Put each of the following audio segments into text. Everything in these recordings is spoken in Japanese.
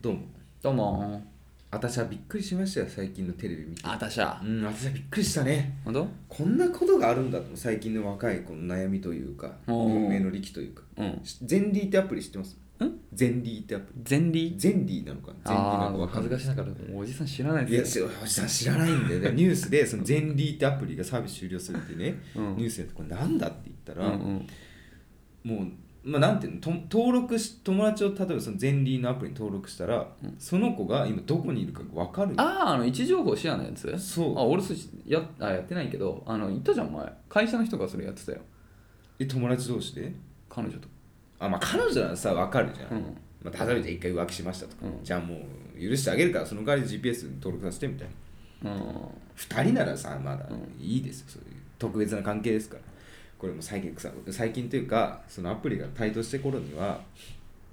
どうもどうも私はびっくりしましたよ最近のテレビ見てあたしゃうん私はびっくりしたねほんとこんなことがあるんだと最近の若い子の悩みというかおー運命の力というかうんゼンリーってアプリ知ってますんゼンリーってアプリ前理ゼンリーなのかゼンリーなあのあか分かん恥ずかしながらもうおじさん知らないいやです知ら知らないんだよ ねニュースでそのゼンリーってアプリがサービス終了するってね、うんニュースでこれなんだって言ったうんら、うんもう、まあ、なんていうのと登録し友達を例えばそのゼンリーのアプリに登録したら、その子が今どこにいるかが分かるあああの位置情報シェアのやつそうあ俺それやあやってないけどあの言ったじゃん前会社の人がそれやってたよえ友達同士で彼女とあまあ彼女ならさ分かるじゃん、うんまあ、例えばじゃあ一回浮気しましたとか、うんじゃあもう許してあげるからその代わり GPS に登録させてみたいなうん2人ならさまだいいですよそういう特別な関係ですからこれも最近さ最近というかそのアプリが台頭して頃には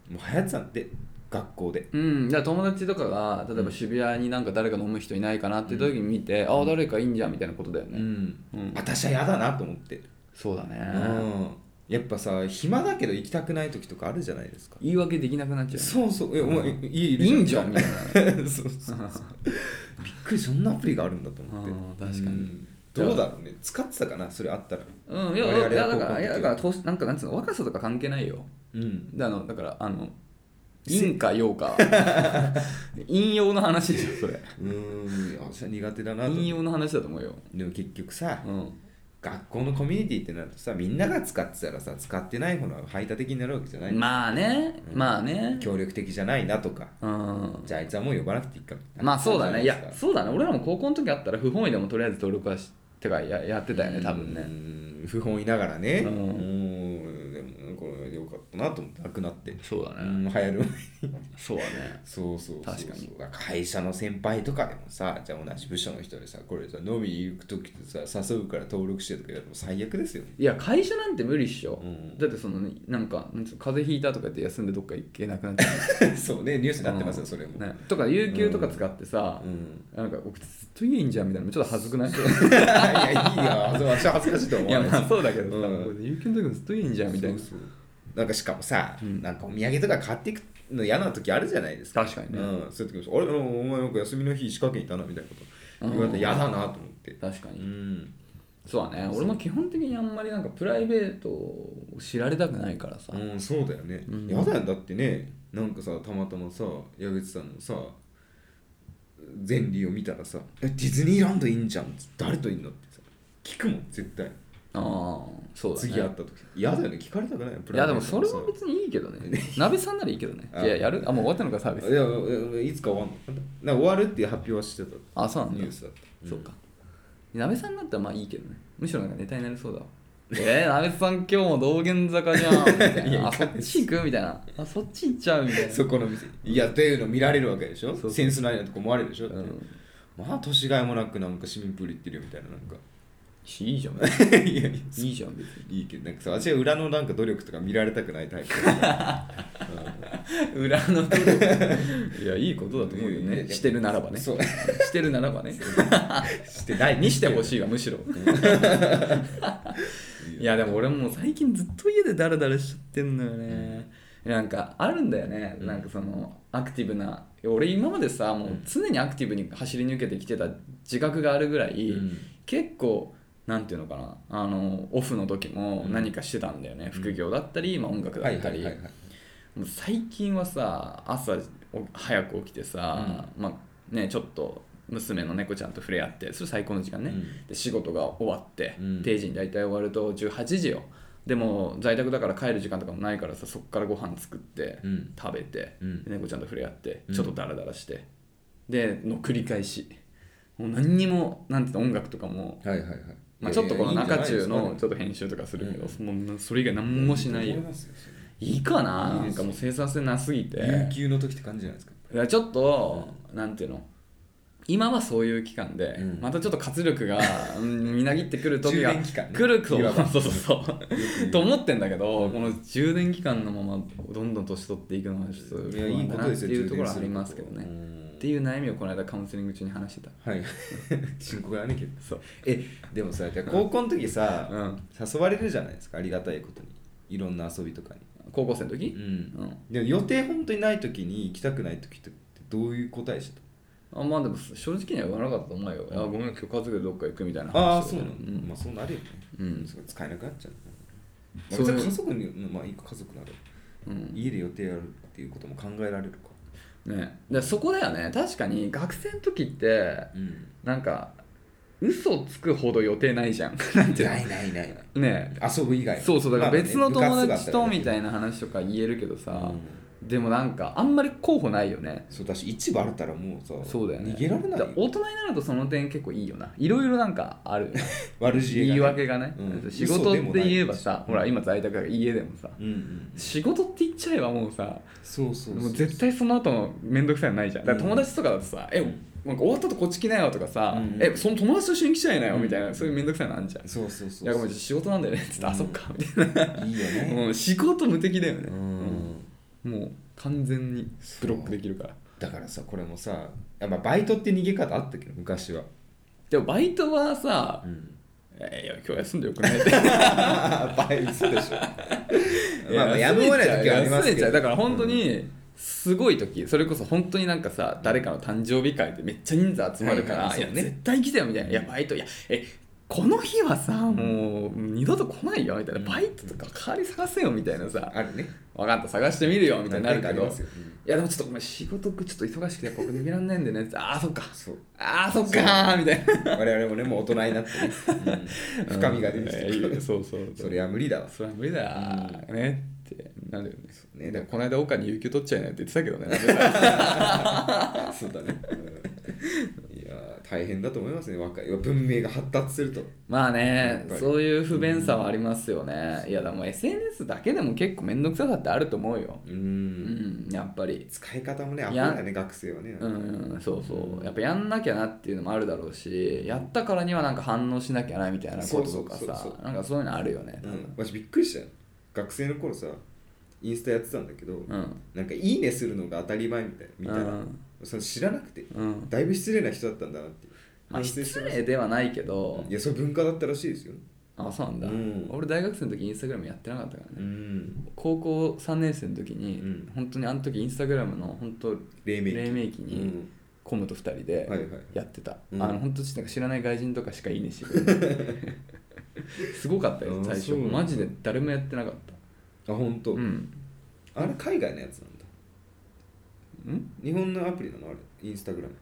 もう流行ってたんで学校でうん、だから友達とかが例えば渋谷になんか誰か飲む人いないかなっていう時に見て、ああ誰かいいんじゃんみたいなことだよね、ん、うん私は嫌だなと思って、そうだね、うん、やっぱさ暇だけど行きたくない時とかあるじゃないですか言い訳できなくなっちゃうそうそうえお前いいいいんじゃんみたい なそうそ うそうびっくりそんなアプリがあるんだと思ってうん確かにうんどうだろうね使ってたかなそれあったらうんいや我々いやだ高か校のら時いやだから投資なんかなんつうの若さとか関係ないようんだあのだからあの陰か陽 か陰陽の話でしょそれうん私は苦手だなと思っ陰て陽の話だと思うよでも結局さうん学校のコミュニティってなるとさみんなが使ってたらさ使ってないものは排他的になるわけじゃない、まあねまあね協力的じゃないなとかうんじゃああいつはもう呼ばなくていいかみたいなまあそうだねい感やじじそうだね俺らも高校の時あったら不本意でもとりあえず登録はしてかややってたよねゃないで多すか分ねうん不本意ながらねううんんでもこれ良かったなと思ってなくなってそうだうねん流行る前にそうだねそうそうそうそう確かにだら会社の先輩とかでもさじゃあ同じ部署の人でさこれさ飲み行く時ってさ誘うから登録してとか言われても最悪ですよねいや会社なんて無理っしょうんだってそのねなんかなんつうの風邪ひいたとか言って休んでどっか行けなくなっち ゃそうねニュースうになってますよそれも、ねとか有給とか使ってさうんなんか僕ずっと家いんじゃんみたいなのちょっと恥ずくないいや、いいよ。私は恥ずかしいと思。いうやまあそうだけどさ、うんこれ有給の時もずっといいんじゃんみたいなそうそうなんかしかもさ、うんなんかお土産とか買っていくの嫌な時あるじゃないですか。確かにね、うん、そういう時も、あれ、お前なんか休みの日、仕掛けにいたなみたいなこと言われてうん嫌だなと思って。確かに、うん。そうだね俺も基本的にあんまりなんかプライベートを知られたくないからさ、うん、そうだよねうん。嫌、だよ、だってね、なんかさ、たまたまさ、矢口さんのさ、前理を見たらさ、えディズニーランドいいんじゃんって誰といんのってさ、聞くもん、絶対。ああそうだね次会った時。嫌だよね、聞かれたくないよ、プいライやベでーもトそのれさは別にいいけどね鍋さんならいいけどねいあややるあもう終わったのかサービいスやいやいつか終わんのなんか終わるっていう発表はしてたあそうなんニだュースだった、そうか鍋さんだったらまあいいけどねむしろなんかネタになりそうだわえー、鍋さん今日も道玄坂じゃんみたいいやいかなあそっち行くみたいなあそっち行っちゃうみたいなそこの店いやっていうの見られるわけでしょそうそうセンスないなとか思われるでしょ、うんまあ年がいもなくなんか市民プール行ってるよみたいななんか いい じゃんいやいやいいじゃん別いいけどなんかさ私は裏のなんか努力とか見られたくないタイプだから に裏の努力いやいいことだと思うよいやいやねいやしてるならばねそうしてるならばねしてないにしてほいしいわむしろいやでも俺もう最近ずっと家でダラダラしちゃってんのよね、なんかあるんだよねなんかそのアクティブな俺今までさもう常にアクティブに走り抜けてきてた自覚があるぐらい、うん結構なんていうのかなあのオフの時も何かしてたんだよね、副業だったり、まあ、音楽だはっいたはり、いはいはいもう最近はさ朝お早く起きてさ、まあね、ちょっと娘の猫ちゃんと触れ合ってそれ最高の時間ね、うんで仕事が終わって、うん定時に大体終わると18時よでも在宅だから帰る時間とかもないからさそこからご飯作って、うん食べて、うんで猫ちゃんと触れ合ってうんちょっとダラダラして、での繰り返しもう何にもなんていうの音楽とかも、はいはいはいまあ、ちょっとこの中い中やいやいいのんちじょゃっと編集とかするけど、うもうそれ以外何もしないよ思ますそれいいかないいなでんすかもう生産性なすぎて有給の時って感じじゃないですかいやちょっと、なんていうの今はそういう期間で、うんまたちょっと活力がうんみなぎってくる時が充電期間ね来るといわばそうそうそうと思ってんだけど、この充電期間のままどんどん年取っていくのはちょっとい不やいい安ことだなっでてすよいうとこ充電ろはあすりるますけどねうんっていう悩みをこの間カウンセリング中に話してたはい 深刻だね結構そうえでもさじゃあ高校の時さ、うん誘われるじゃないですかありがたいことにいろんな遊びとかに高校生の時う、んうんでも予定本当にない時に行きたくない時ってどういう答えしてあまあでも正直には言わなかったと思うよ、あごめん今日家族でどっか行くみたいなたああをそうなうの、んまあそうなるよね、うんそれ使えなくなっちゃうね、まあ、それ別に家族にまあいいか家族ならうん家で予定やるっていうことも考えられるかね、でそこだよね確かに学生の時ってうんなんか嘘つくほど予定ないじゃん なんていうないないないないのね遊ぶ以外そうそうだからまあ別の友達とみねたいな話とか言えるけどさ、部活があったりねでもなんかあんまり候補ないよねうんそうだし市場あったらもうさそうだよね逃げられないだから大人になるとその点結構いいよないろいろなんかあるよね悪知恵がね言い訳がね、うん仕事って言えば嘘でもなさいほら今在宅だから家でもさうんうん仕事って言っちゃえばもうさそうそうそうもう絶対その後の面倒くさいのないじゃんだから友達とかだとさ「えなんか終わったとこっち来なよ」とかさ「うんえその友達と一緒に来ちゃいなよ」うんみたいなそういう面倒くさいのあんじゃん「いそうそうそうやごめん仕事なんだよね」っつって「うあんそっか」みたいないいよねもう仕事無敵だよねううんんもう完全にブロックできるからだからさこれもさやっぱバイトって逃げ方あったけど昔はでもバイトはさう、んえいや今日休んでよくないっ てバイトでしょまあまあやむを得ない時はあります休めけちどゃうだから本当にすごい時それこそ本当になんかさ誰かの誕生日会でめっちゃ人数集まるから、はいいはいそうねや絶対来てよみたいな「いやバイトいやえこの日はさもう二度と来ないよ」みたいな「うんバイトとか代わり探せよ」みたいなさあるね「分かった探してみるよ」みたいにな何回るけかありどますようんいやでもちょっとごめん仕事ちょっと忙しくてやっぱ僕逃げらんないんでね」ああそっかそうああそっかー」みたいな我々もねもう大人になってね、うん深みが出てきてうんいやいやるそうそうそれは無理だわそれは無理だよねってなるよね,、うねでもこの間岡に有給取っちゃいないって言ってたけどねそうだねうんいやー大変だと思いますね若い文明が発達すると まあやねっぱりそういう不便さはありますよね、いやでも SNS だけでも結構面倒くささってあると思うよううんんやっぱり使い方もねアいホやだね学生はねうんそうそうやっぱやんなきゃなっていうのもあるだろうしやったからにはなんか反応しなきゃなみたいなこととかそうそうさそうそうなんかそういうのあるよねうん私びっくりしたよ学生の頃さインスタやってたんだけど、うんなんか「いいね」するのが当たり前みたいな見たら、うんその知らなくてうんだいぶ失礼な人だったんだなってまあ反省し失ました礼ではないけどいやそれ文化だったらしいですよあそうなんだ、うん俺大学生の時インスタグラムやってなかったかうらね、ん高校3年生の時に、うん本当にあの時インスタグラムの本当黎明期黎明期うにんコムと2人ではいはいやってた、うんあの本当になんか知らない外人とかしかいい ねしてくれないすごかったあよー最初そうなんだマジで誰もやってなかったあ本当、うんあれ海外のやつなんだん日本のアプリなのあれインスタグラムって、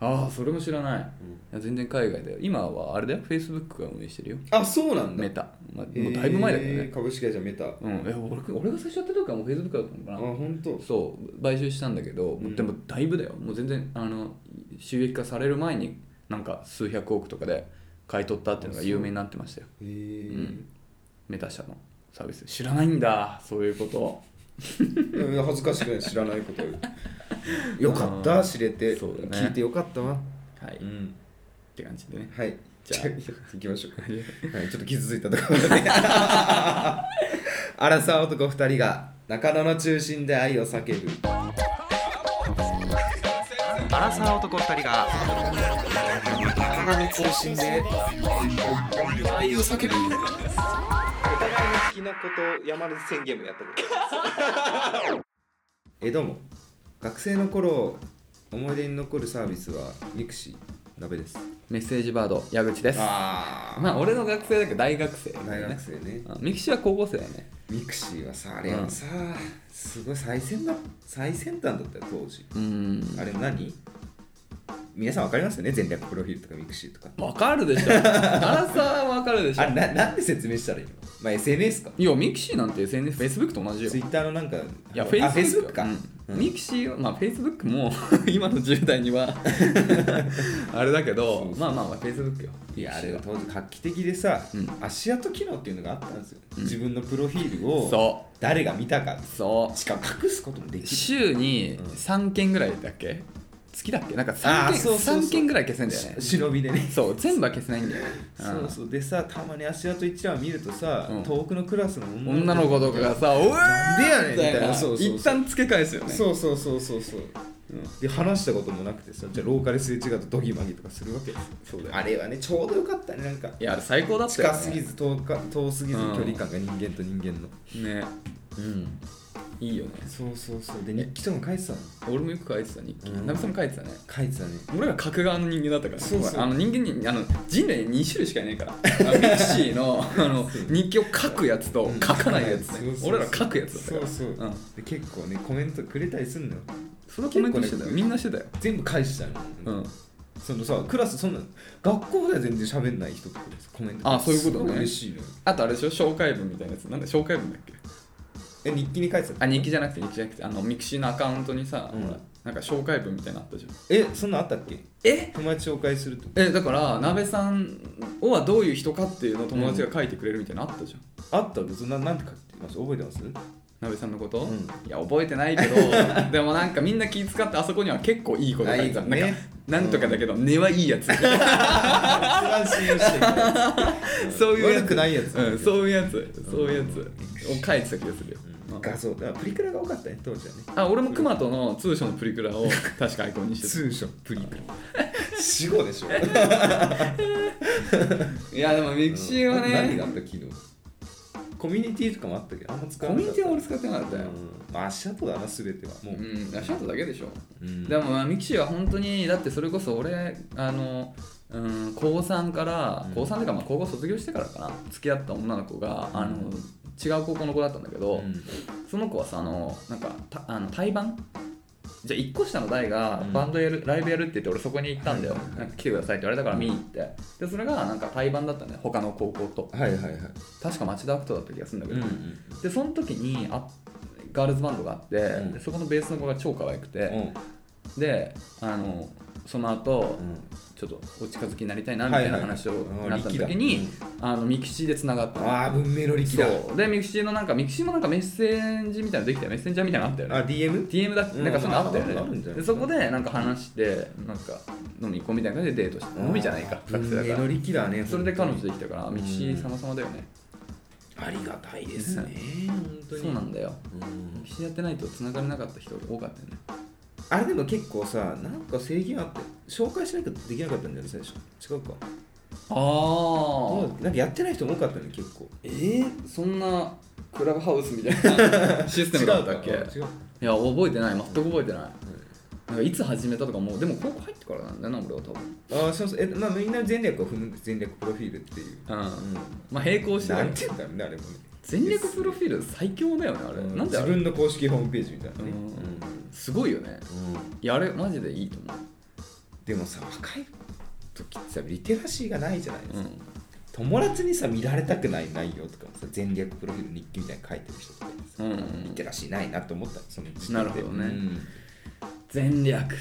ああそれも知らないいうんや全然海外だよ今はあれだよ Facebook が運営してるよあそうなんだメタ、まあ、もうだいぶ前だけどへねー、株式会社メタあうん、いや俺俺が最初やった時はもう Facebook だったのかな本当そう買収したんだけど、うんでもだいぶだよもう全然あの収益化される前になんか数百億とかで買い取ったっていうのが有名になってましたよへえ、うんメタ社のサービス知らないんだそういうことうん恥ずかしくない知らないことよ よかった知れて、そうだね聞いてよかったわはい、うっんて感じでねはいじゃあ行きましょうかはい、ちょっと傷ついたところで ね荒沢男2人が中野の中心で愛を叫ぶ荒沢男2人が中野の中心で愛を叫ぶお互いの好きなことを山根宣言もやったことあります えどうも学生の頃思い出に残るサービスはミクシー鍋ですメッセージバード矢口ですあまあ俺の学生だけど大学生だよね大学生ねうんミキシは高校生だよねミクシーはさあれはさ、すごい最先端最先端だったよ当時うんあれ何皆さん分かりますよね全略プロフィールとかミクシーとかわか るでしょアラサーはわかるでしょあれななんで説明したらいいのまあ SNS かいやミキシーなんて SNS フェイスブックと同じよ Twitter のなんかいや、あフェイス Facebook ブックか、うんミキシーは、まあ、フェイスブックも 今の10代 にはあれだけど、そうそうまあまあまあ、フェイスブックよ。いやあれは当時画期的でさ、うん足跡機能っていうのがあったんですよ、自分のプロフィールをそ誰が見たかう、そしかも隠すこともでう、き週に3件ぐらいだっけ月だっけなんか3あー件そうそうそう三件ぐらい消せんるだよしね。忍びでねそう、全部は消せないんだよね。そうんうそうでさたまに足跡一覧見るとさ、うん遠くのクラスの女の子とかがさ、おえなんでやねんみたいなそうそうそう一旦付け返すよね。そうそうそうそうそうで話したこともなくてさじゃあ廊下ですれ違うとドギマギとかするわけですよそうだよあれはねちょうどよかったねなんかいや最高だったよ、近ね、すぎず遠か遠すぎずうん距離感が人間と人間のねうんいいよねそうそうそうで日記とかも書いてたの俺もよく書いてた日記うんナミさんも書いてたね書いてたね俺ら書く側の人間だったからそうそうあの人間にあの人類に2種類しかいな いからあのミクシーのあのそう日記を書くやつと書かないやつそうねそうそう俺ら書くやつだったからそうそううん、で結構ねコメントくれたりすんのよそれはコメントしてたよみんなしてたよ全部返したの、うんそのさクラスそんな学校では全然喋んない人とかですコメントあそういうことねすご嬉しいのよあとあれでしょ紹介文みたいなやつなんだ紹介文だっけえ日記に書いてたあの日記じゃなくて日記じゃなくてあのミクシーのアカウントにさ、うんほらなんか紹介文みたいなのあったじゃんえそんなんあったっけえ友達紹介するとえだからなべさんはどういう人かっていうのを友達が書いてくれるみたいなのあったじゃん、あった別にななんて書いてます覚えてますなべさんのこと、うんいや覚えてない けどでもなんかみんな気遣ってあそこには結構いいこと書いてたあいいなんか、ねなんとかだけど根はいいや一つ番信用してるやつ そういうやつ悪くないやつ、うん、そういうやつそういうやつうを書いてた気がするよ、うんうん画像だからプリクラが多かったね当時はねあ俺も熊との通所のプリクラを確かアイコンにしてた通称プリクラ死後でしょいやでもミクシーは何があねっ、た昨日コミュニティとかもあったけどあんま使わコなミュかニっテたィは俺使ってなかったよ。うんまあ足跡だな全てはもうう、ん、足跡だけでしょ。うんでもまあミクシーは本当に、だってそれこそ俺、あの、うん、高3からうん、高3というかまあ高校卒業してからかな、付き合った女の子が、あの、違う高校の子だったんだけど、うんその子はさ、あの、なんか、たあの対バンじゃあ1個下の代がうんバンドやる、ライブやるって言って俺そこに行ったんだよはいはいは。いなんか来てくださいって言われたから見に行って。で、それがなんか対バンだったんだよ、他の高校と。はいはいはい確か町田アクトだった気がするんだけど。んでその時にあガールズバンドがあって、うんでそこのベースの子が超可愛くて、であのその後、ちょっとお近づきになりたいなみたいな話をなった時に、あのミクシーでつながったのああ文明の力だそうでミクシーのなんかミクシーもなんかメッセージみたいなのできたよメッセンジャーみたいなのあったよあね DM? DM だっけなんかそんなのあったよね、うんあるんじゃないでそこでなんか話してなんか飲み行こうみたいな感じでデートして飲みじゃないか学文生だ明かのら力だねそれで彼女本できたからミクシー様々だよね、当にありがたいですね本当にそうなんだようんミクシーやってないとつながれなかった人多かったよねあれでも結構さなんか制限あって紹介しなきゃできなかったんじゃない最初違うかああなんかやってない人も多かったね結構えー、そんなクラブハウスみたいなシステムだった っけい違うやか覚えてない全く覚えてない、なんかいつ始めたとかもうでも高校入ってからなんだよな俺は多分あーそうそうえまあみんな前略を踏むんです前略プロフィールっていううんうんまあ並行してたなよんて言うんだろうねあれもね全力プロフィール最強だよねあれ、うんなんであ自れ分の公式ホームページみたいなねうんすごいよねうんいやあれマジでいいと思でもさ若い時ってさリテラシーがないじゃないですう、うか、ん、友達にさ見られたくない内容とかもさ前略プロフィール日記みたいに書いてる人とかいてさ、うんリテラシーないなと思ったのその時点でなるほどねうん全略ね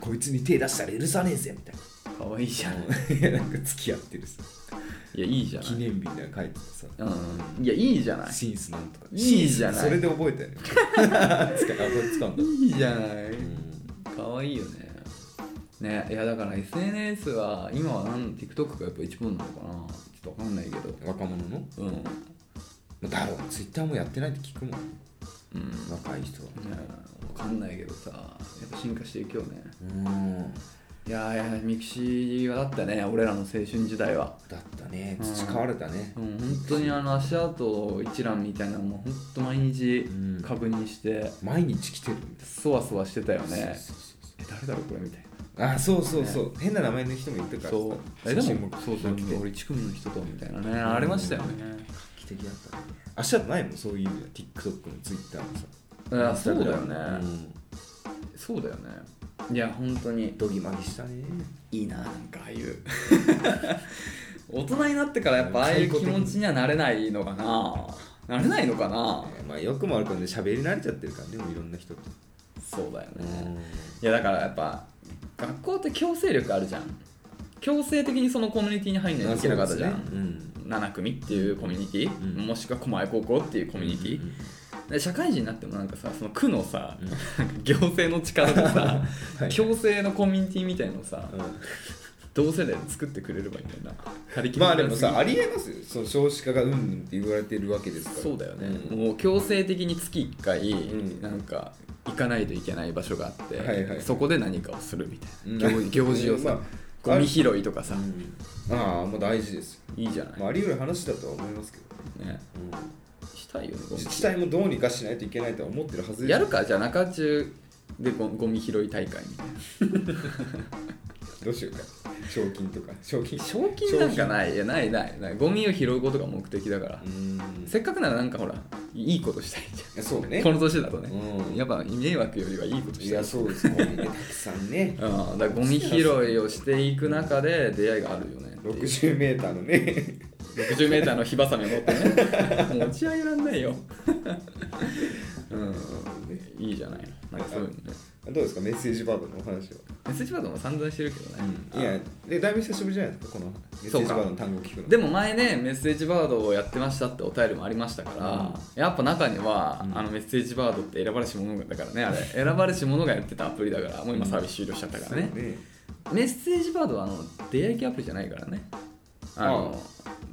こいつに手出したら許さねえぜみたいかわいいじゃんな、 なんか付き合ってるさいやいいじゃない記念日みたいなの書いててさ、うんいやいいじゃないシンスなんとかいいじゃなシンいスそれで覚えたよねつかあこれ 使うんだ、いいじゃないうん可愛いよねねいやだから SNS は今はなん TikTok がやっぱ一番なのかなちょっと分かんないけど若者のうんうんだろうツイッターもやってないって聞くもん若い人はね分かんないけどさやっぱ進化していくよねうんいやーいやミクシーはだったね俺らの青春時代はだったね培われたねうん本当にあの足跡一覧みたいなのもう本当毎日うん確認して毎日来てるみたそわそわしてたよいなねそうそうそうえ誰だろうこれみたいなあそうそうそう変な名前の人もいるからそうええででももそうそう来て俺1組の人とみたいなねありましたよね画期的だったね明日ないもんそういう意味では TikTok の Twitter のさいやそうだよね、うんそうだよねいや本当にドギマギしたねいいななんかああいう 大人になってからやっぱああいう気持ちにはなれないのかななれないのかなえーまあよくもあるからね喋り慣れちゃってるからねでもいろんな人とそうだようねんいやだからやっぱ学校って強制力あるじゃん強制的にそのコミュニティに入んないといけなかったじゃそうですねん、うん7組っていうコミュニティ、うんもしくは狛江高校っていうコミュニティ、で社会人になってもなんかさその区のさ、うん行政の力で さ、はい強制のコミュニティみたいのをさ、うん同世代で作ってくれればいいんだよな他力まあ本で願もすぎさありえますよその少子化がうんうんって言われてるわけですからそうだよね、んもう強制的に月1回、んなんか行かないといけない場所があって、はいはいそこで何かをするみたいな、うん行行事をさ、まあゴミ拾いとかさ、ああもう大事ですよ、いいじゃない、まあ、あり得る話だとは思いますけど、ね、したいよねゴミ自治拾体もどうにかしないといけないとは思ってるはずですいやるかじゃあ中中でゴゴミ拾い大会みたいなどうしようか賞金とか賞金賞金なんかないいやないないないゴミを拾うことが目的だから、うーんせっかくならなんかほらいいことしたいじゃんそうねこの年だとね、うんやっぱ迷惑よりはいいこといしたやいそうですねたくさ んねうん、だからゴミ拾いをしていく中で出会いがあるよね 60m のね 60m の火ばさみを持って ね持ち上げらんないよ、うん、いいじゃないなんかそういうのねどうですかメッセージバードのお話は、メッセージバードも散々してるけどね、いやでだいぶ久しぶりじゃないですかこのメッセージバードの単語聞くのでも前ねメッセージバードをやってましたってお便りもありましたから、うんやっぱ中には、うんあのメッセージバードって選ばれし者だからねあれ選ばれし者がやってたアプリだからもう今サービス終了しちゃったからね、そうメッセージバードはあの出会い系アプリじゃないからねあの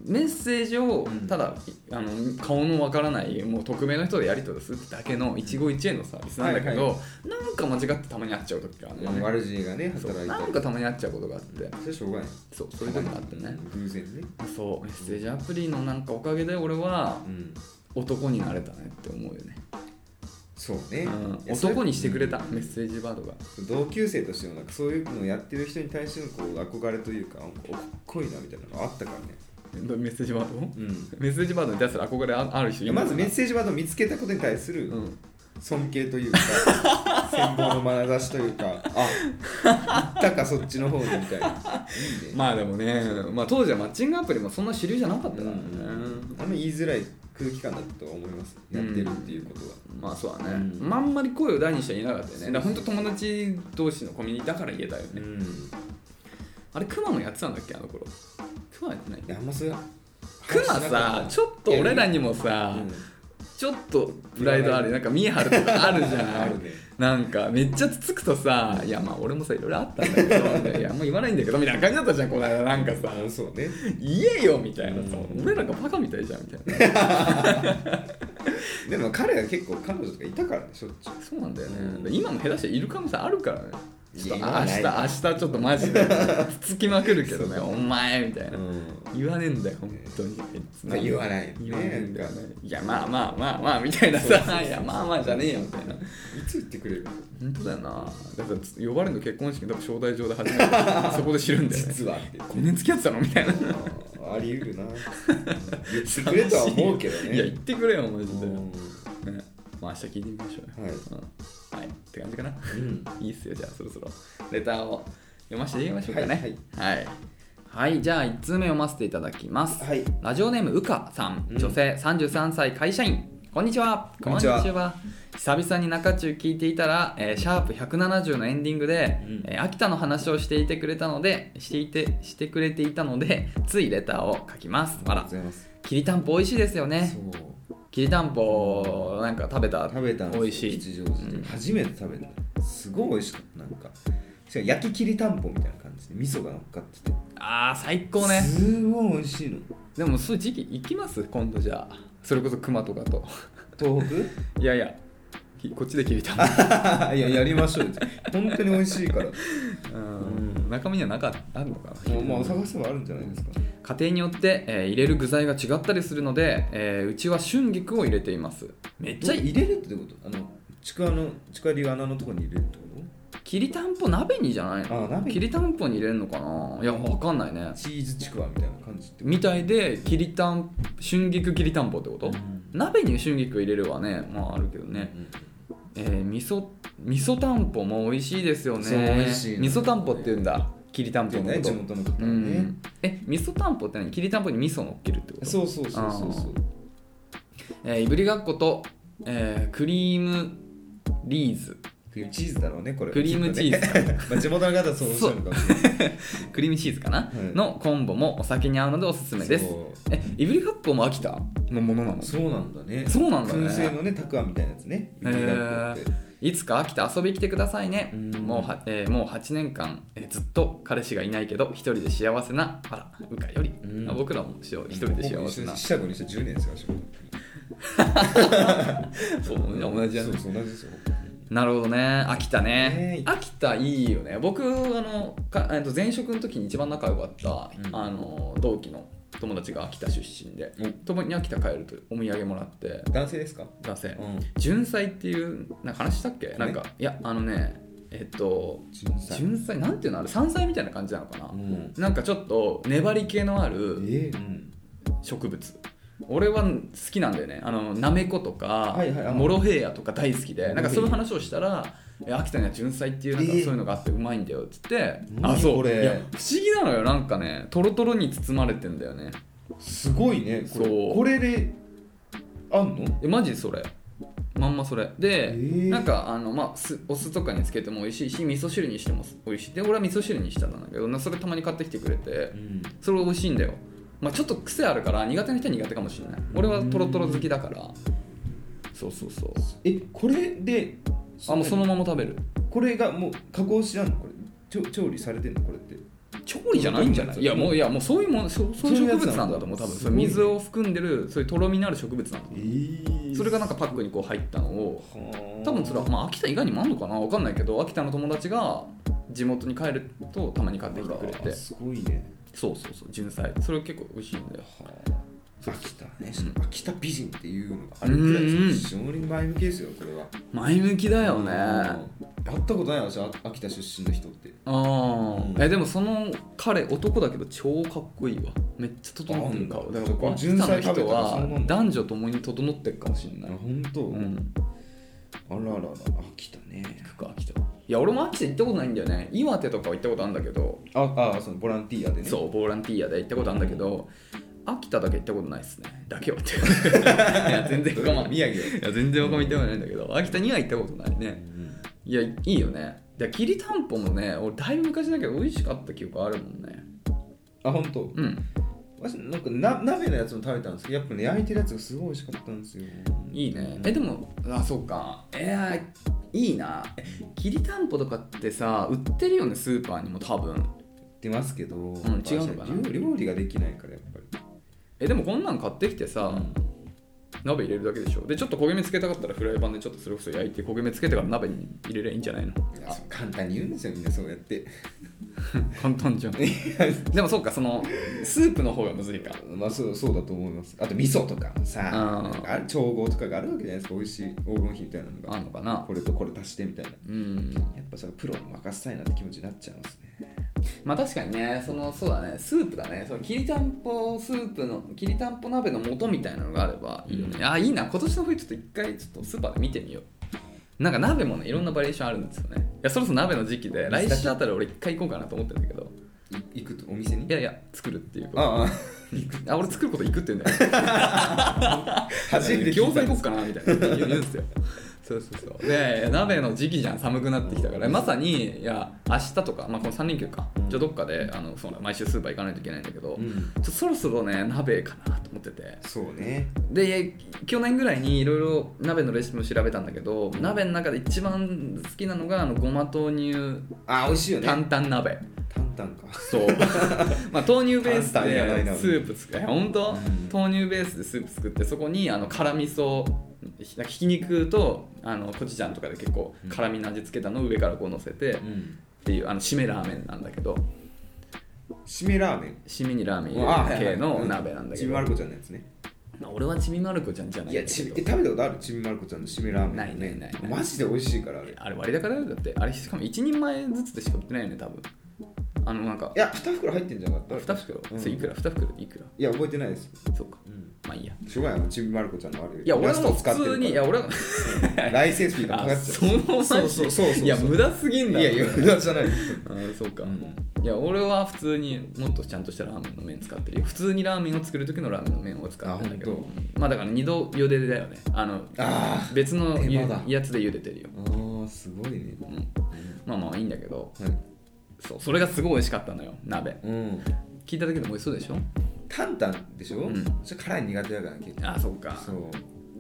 メッセージをうんただ、あの顔のわからないもう匿名の人でやり取りするってだけの一期一会のサービスなんだけど、はいなんか間違ってたまに会っちゃう時があるのね悪知恵がねそう働いなんたかたまに会っちゃうことがあって、それしょうがないそうそういう時があってね、偶然ねそうメッセージアプリのなんかおかげで俺はうん男になれたねって思うよね、そうね、うんいやそれ男にしてくれたメッセージバードが同級生としてもなんかそういうのをやってる人に対してのこう憧れというかおかっこいいなみたいなのがあったからね、メッセージバードうんメッセージバードに対する憧れあある人いいるや、まのかずなメッセージバードを見つけたことに対するうん尊敬というか 戦望の眼差しというかあ行ったかそっちの方にみたいないいね、まあでもね、まあ、当時はマッチングアプリもそんな主流じゃなかったうからね、ん、あんま言いづらい空気感だったとは思いますやってるっていうことは、まあそうだね、うんまああんまり声を大にしてはいなかったよねそうだから本当友達同士のコミュニティだから言えたよね、ん、あれクマもやってたんだっけあの頃クマやってないいやあんまそれクマさちょっと俺らにもさ、ちょっとプライドあるなんか見え張るとかあるじゃん あるねなんかめっちゃつつくとさ「いやまあ俺もさいろいろあったんだけどみたいな」いやあんま言わないんだけど」みたいな感じだったじゃんこの間なんかさあそうね「言えよ」みたいなうさ「ん俺らがバカみたいじゃん」みたいなでも彼は結構彼女とかいたからねしょっちゅうそうなんだよね、うん今も下手したらイルカもさあるからねいちょやっと今は明ない日明日ちょっとマジでつつきまくるけどねお前みたいな、ん言わねえんだよ本当に、まあ言わないよね言わねえんだよねいやまあまあまあまあみたいなさいやまあまあじゃねえよみたいないつ言ってくれる の本当だよなだから呼ばれるの結婚式の多分招待状で初めてそこで知るんだよね実はって 5年付き合ってたのみたいなああり得る な言ってくれとは思うけどねいや言ってくれよマジで、うねんまあ明日聞いてみましょうよはいうんはい、って感じかなうんいいっすよ、じゃあそろそろレターを読ませていただきましょうかね。はい、はいじゃあ1通目読ませていただきます。はいラジオネームうかさん、うん女性33歳会社員。こんにちは。こんにちは久々に中中聞いていたら、えーシャープ170のエンディングで、うんえー秋田の話をしていてくれたので、していてしてくれていたので、ついレターを書きます。あありがとうらご、ざいますきりたんぽ美味しいですよね。そうきりたんぽなんか食べた。食べたんです美味しい。吉祥寺で、うん初めて食べたすごい美味しかったなんかしかも焼ききりたんぽみたいな感じで味噌が乗っかっててああ最高ね。すごい美味しいのでもそういう時期行きます今度じゃあそれこそ熊とかと東 いやいやきこっちで切りたん北いややりましょうよ本当に美味しいからうん中身にはなかあるのかなもうまあ探せばあるんじゃないですか家庭によって、えー入れる具材が違ったりするので、えーうちは春菊を入れていますめっちじゃゃあいい入れるってことあのちくわのちくわでいう穴のところに入れるってこきりたんぽ鍋にじゃないあ鍋のにきりたんぽに入れるのかないやわかんないねとチーズちくわみたいな感じってこみたいできりたん春菊きりたんぽってことと、鍋に春菊入れるはねまああるけどね、えー、味噌味噌たんぽも美味しいですよねそう美味しいの味噌たんぽって言うんだきりたんぽじゃあのねこ地と、元の方ね、うん、え味噌たんぽって何きりたんぽに味噌乗っけるってことそうそうそうそうそうえーいぶりがっこと、えークリームリーズクリームチーズだろうねこれクリームチーズきっとねまあ地元の方はそうおっしゃるかもしれない クリームチーズかな、はいのコンボもお酒に合うのでおすすめですそうえいぶりがっこも秋田のものなのそうなんだねそうなんだね燻製のねたくあんみたいなやつねへーいつか秋田遊びに来てくださいねうんもうは、えーもう8年間、えーずっと彼氏がいないけど一人で幸せなあらうかより、うんあ僕らも一緒一人で幸せなシャゴにして10年ですよ私もそう同じやそうそう同じですよなるほどね秋田ねね秋田いいよね僕あのか、えっと、前職の時に一番仲良かった、うんあの同期の友達が秋田出身でうん共に秋田帰るとお土産もらって男性ですか出せうん純菜っていうなんか話したっけなんかいやあのねえっと純菜純菜なんていうのあれ山菜みたいな感じなのかな、うんなんかちょっと粘り気のあるえうん植物俺は好きなんだよねあのなめことかはいはいあモロヘイヤとか大好きでモロヘイヤなんかその話をしたらえ秋田には純菜っていうなんかえそうーいうのがあってうまいんだよっつって何あそうこれいや不思議なのよなんかねとろとろに包まれてんだよねすごいねこれそうこれであんのえマジそれまんまそれえで、ーなんかあの、まあ、酢お酢とかにつけても美味しいし味噌汁にしても美味しいで俺は味噌汁にしたんだけどなそれたまに買ってきてくれてうんそれ美味しいんだよ、まあ、ちょっと癖あるから苦手な人は苦手かもしれない俺はトロトロ好きだからそうそうそうえこれであもうそのまま食べるこれがもう加工しあんのこれちょ調理されてんのこれって調理じゃないんじゃないいやもういやもうそういうもんそうそういう植物なんだと思う多分それ水を含んでるそういうとろみのある植物なんだとえ思うそれがなんかパックにこう入ったのを多分それは、まあ、秋田以外にもあるのかなわかんないけど秋田の友達が地元に帰るとたまに買ってきてくれてすごいねそうそうそう純菜それ結構美味しいんだよはあ秋田ねう秋田美人っていうのがあるくらいですよ非常に前向きですよこれは前向きだよねやあ会ったことない私あ秋田出身の人ってあうんえでもその彼男だけど超かっこいいわめっちゃ整ってる顔あだかそらっか秋田の純菜食べ人たらそうなはんだ男女ともに整ってるかもしれあない、本当、うん、あらあらあら秋田ね行くか秋田いや俺も秋田行ったことないんだよね岩手とかは行ったことあるんだけどああそのボランティアでねそうボランティアで行ったことあるんだけど、秋田だけ行ったことないですねだけはって いや全然ど我う 慢い宮城だよや全然我慢行ったことないんだけど秋田には行ったことないねいやいいよねできりたんぽもね俺だいぶ昔だけど美味しかった記憶あるもんねあ本当。うん私なんかな鍋のやつも食べたんですけどやっぱね焼いてるやつがすごい美味しかったんですよいいねえでもあそうかえー、いいなえきりたんぽとかってさ売ってるよねスーパーにも多分出ますけど、うん違うのかな料料理ができないからやっぱりえでもこんなん買ってきてさ、鍋入れるだけでしょでちょっと焦げ目つけたかったらフライパンでちょっとそれこそ焼いて焦げ目つけてから鍋に入れりゃいいんじゃないのいやそう簡単に言うんですよみんなそうやって簡単じゃんでもそうかそのスープの方がむずいかまあそうそうだと思いますあと味噌とかさあーなんかある調合とかがあるわけじゃないですか美味しい黄金比みたいなのあがんのかなこれとこれ足してみたいなうんやっぱそれプロに任せたいなって気持ちになっちゃいますねまあ確かにねそのそうだねスープだねそのきりたんぽスープのきりたんぽ鍋の素みたいなのがあればいいよね、あいいな今年の冬ちょっと一回ちょっとスーパーで見てみようなんか鍋もねいろんなバリエーションあるんですよねいやそろそろ鍋の時期で来週あたり俺一回行こうかなと思ってるんだけどい行くとお店にいやいや作るっていうことあああ俺作ること行くって言うんだよ 初めて餃子行ここうかなみたいな言うんですよそうそうそうで鍋の時期じゃん寒くなってきたからまさにいや明日とか、まあ、この3連休かじゃあどっかであのそう毎週スーパー行かないといけないんだけど、うちょんっとそろそろね鍋かなと思っててそうねで去年ぐらいにいろいろ鍋のレシピも調べたんだけど鍋の中で一番好きなのがあのごま豆乳あ美味しいよね担々鍋タンタンかそう まあ豆乳ベース簡単やないなでスープ作って本当、うん豆乳ベースでスープ作ってそこにあの辛味噌ひなんかひき肉とあのコチュジャンとかで結構うん辛味の味付けたのを上からこう乗せてっんていうあの締めラーメンなんだけど締めラーメン締めにラーメンあ入れる系の鍋なんだけちびど、まる子ちゃんのやつねまあ俺はちびまる子ちゃんじゃないいんやだちけびえど食べたことあるちびまる子ちゃんの締めラーメンないないないないマジで美味しいからあれいあれ割高だよだってあれしかも1人前ずつでしか売ってないよね多分あのなんかや2袋入ってんじゃなかった2袋、うんそれいくら2袋いくいや覚えてないですらそうかうんまあいいやしょうがないちびまる子ちゃんのあれいや俺ラストもを使って普るか通らにいや俺は ライセンスフィーがかかあっちゃそのそうそうそうそういや無駄すぎんだういやいや無駄じゃないあーそうか、いや俺は普通にもっとちゃんとしたラーメンの麺使ってるよ普通にラーメンを作る時のラーメンの麺を使ってるんだけあど本まあだから二度茹でだよねあのあ別の手間ゆだやつで茹でてるよ、あーすごいねうん、まあまあいいんだけどはいそうそれがすごい美味しかったのよ鍋うん聞いただけでも美味しそうでしょタンタンでしょうんそれ辛い苦手だから結構あーそうかそう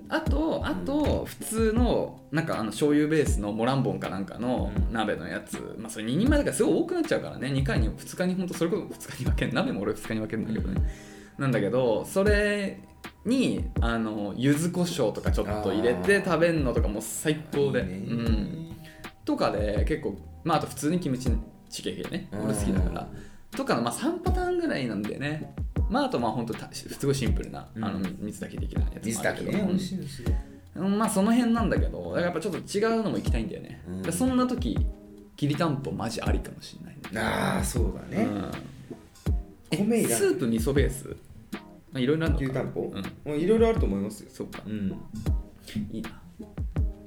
あとあと普通のなんかあの醤油ベースのモランボンかなんかのうん鍋のやつ、まあそれ2人前だからすごい多くなっちゃうからね2回に2日に本当それこそ2日に分ける鍋も俺2日に分けるんだけどね、なんだけどそれにあの柚子胡椒とかちょっと入れて食べるのとかもう最高でいいねうん、とかで結構まああと普通にキムチチゲ系ね俺好きだからとかのまあ3パターンぐらいなんだよねまああとまあ本当たすごいシンプルな、うんあの水炊きできないやつもある水炊きねうん美味しいですようんまあその辺なんだけどだからやっぱちょっと違うのも行きたいんだよね、うんでそんな時きりたんぽマジありかもしれないああそうだね、うん、米えいらスープ味噌ベースまあいろいろあるのか牛たんぽうんもういろいろあると思いますよそうかうんいいな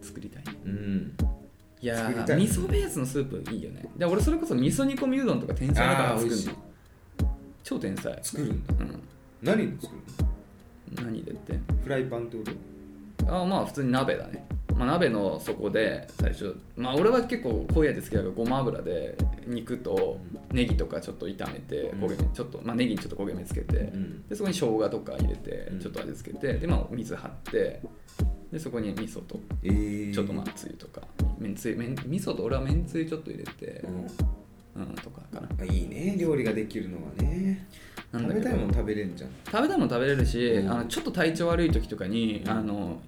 作りたいうんいや作りーたい味噌ベースのスープいいよねで俺それこそ味噌煮込みうどんとか天才だからあー作美る味しいの超天才作るんだうん何で作る何でってのフライパンってことあーまあ普通に鍋だね、まあ、鍋の底で最初まあ俺は結構濃い味好きだからごま油で肉とネギとかちょっと炒めてうん焦げ目ちょっとまあネギにちょっと焦げ目つけて、うんでそこに生姜とか入れてうんちょっと味付けてでまあお水張ってでそこに味噌とえーちょっとまあつゆとかめんつゆめん味噌と俺はめんつゆちょっと入れてううんとかかなんいいね料理ができるのはねなん食だけべどたいもん食べれんじゃん食べたいもん食べれるし、うんあのちょっと体調悪い時とかにあの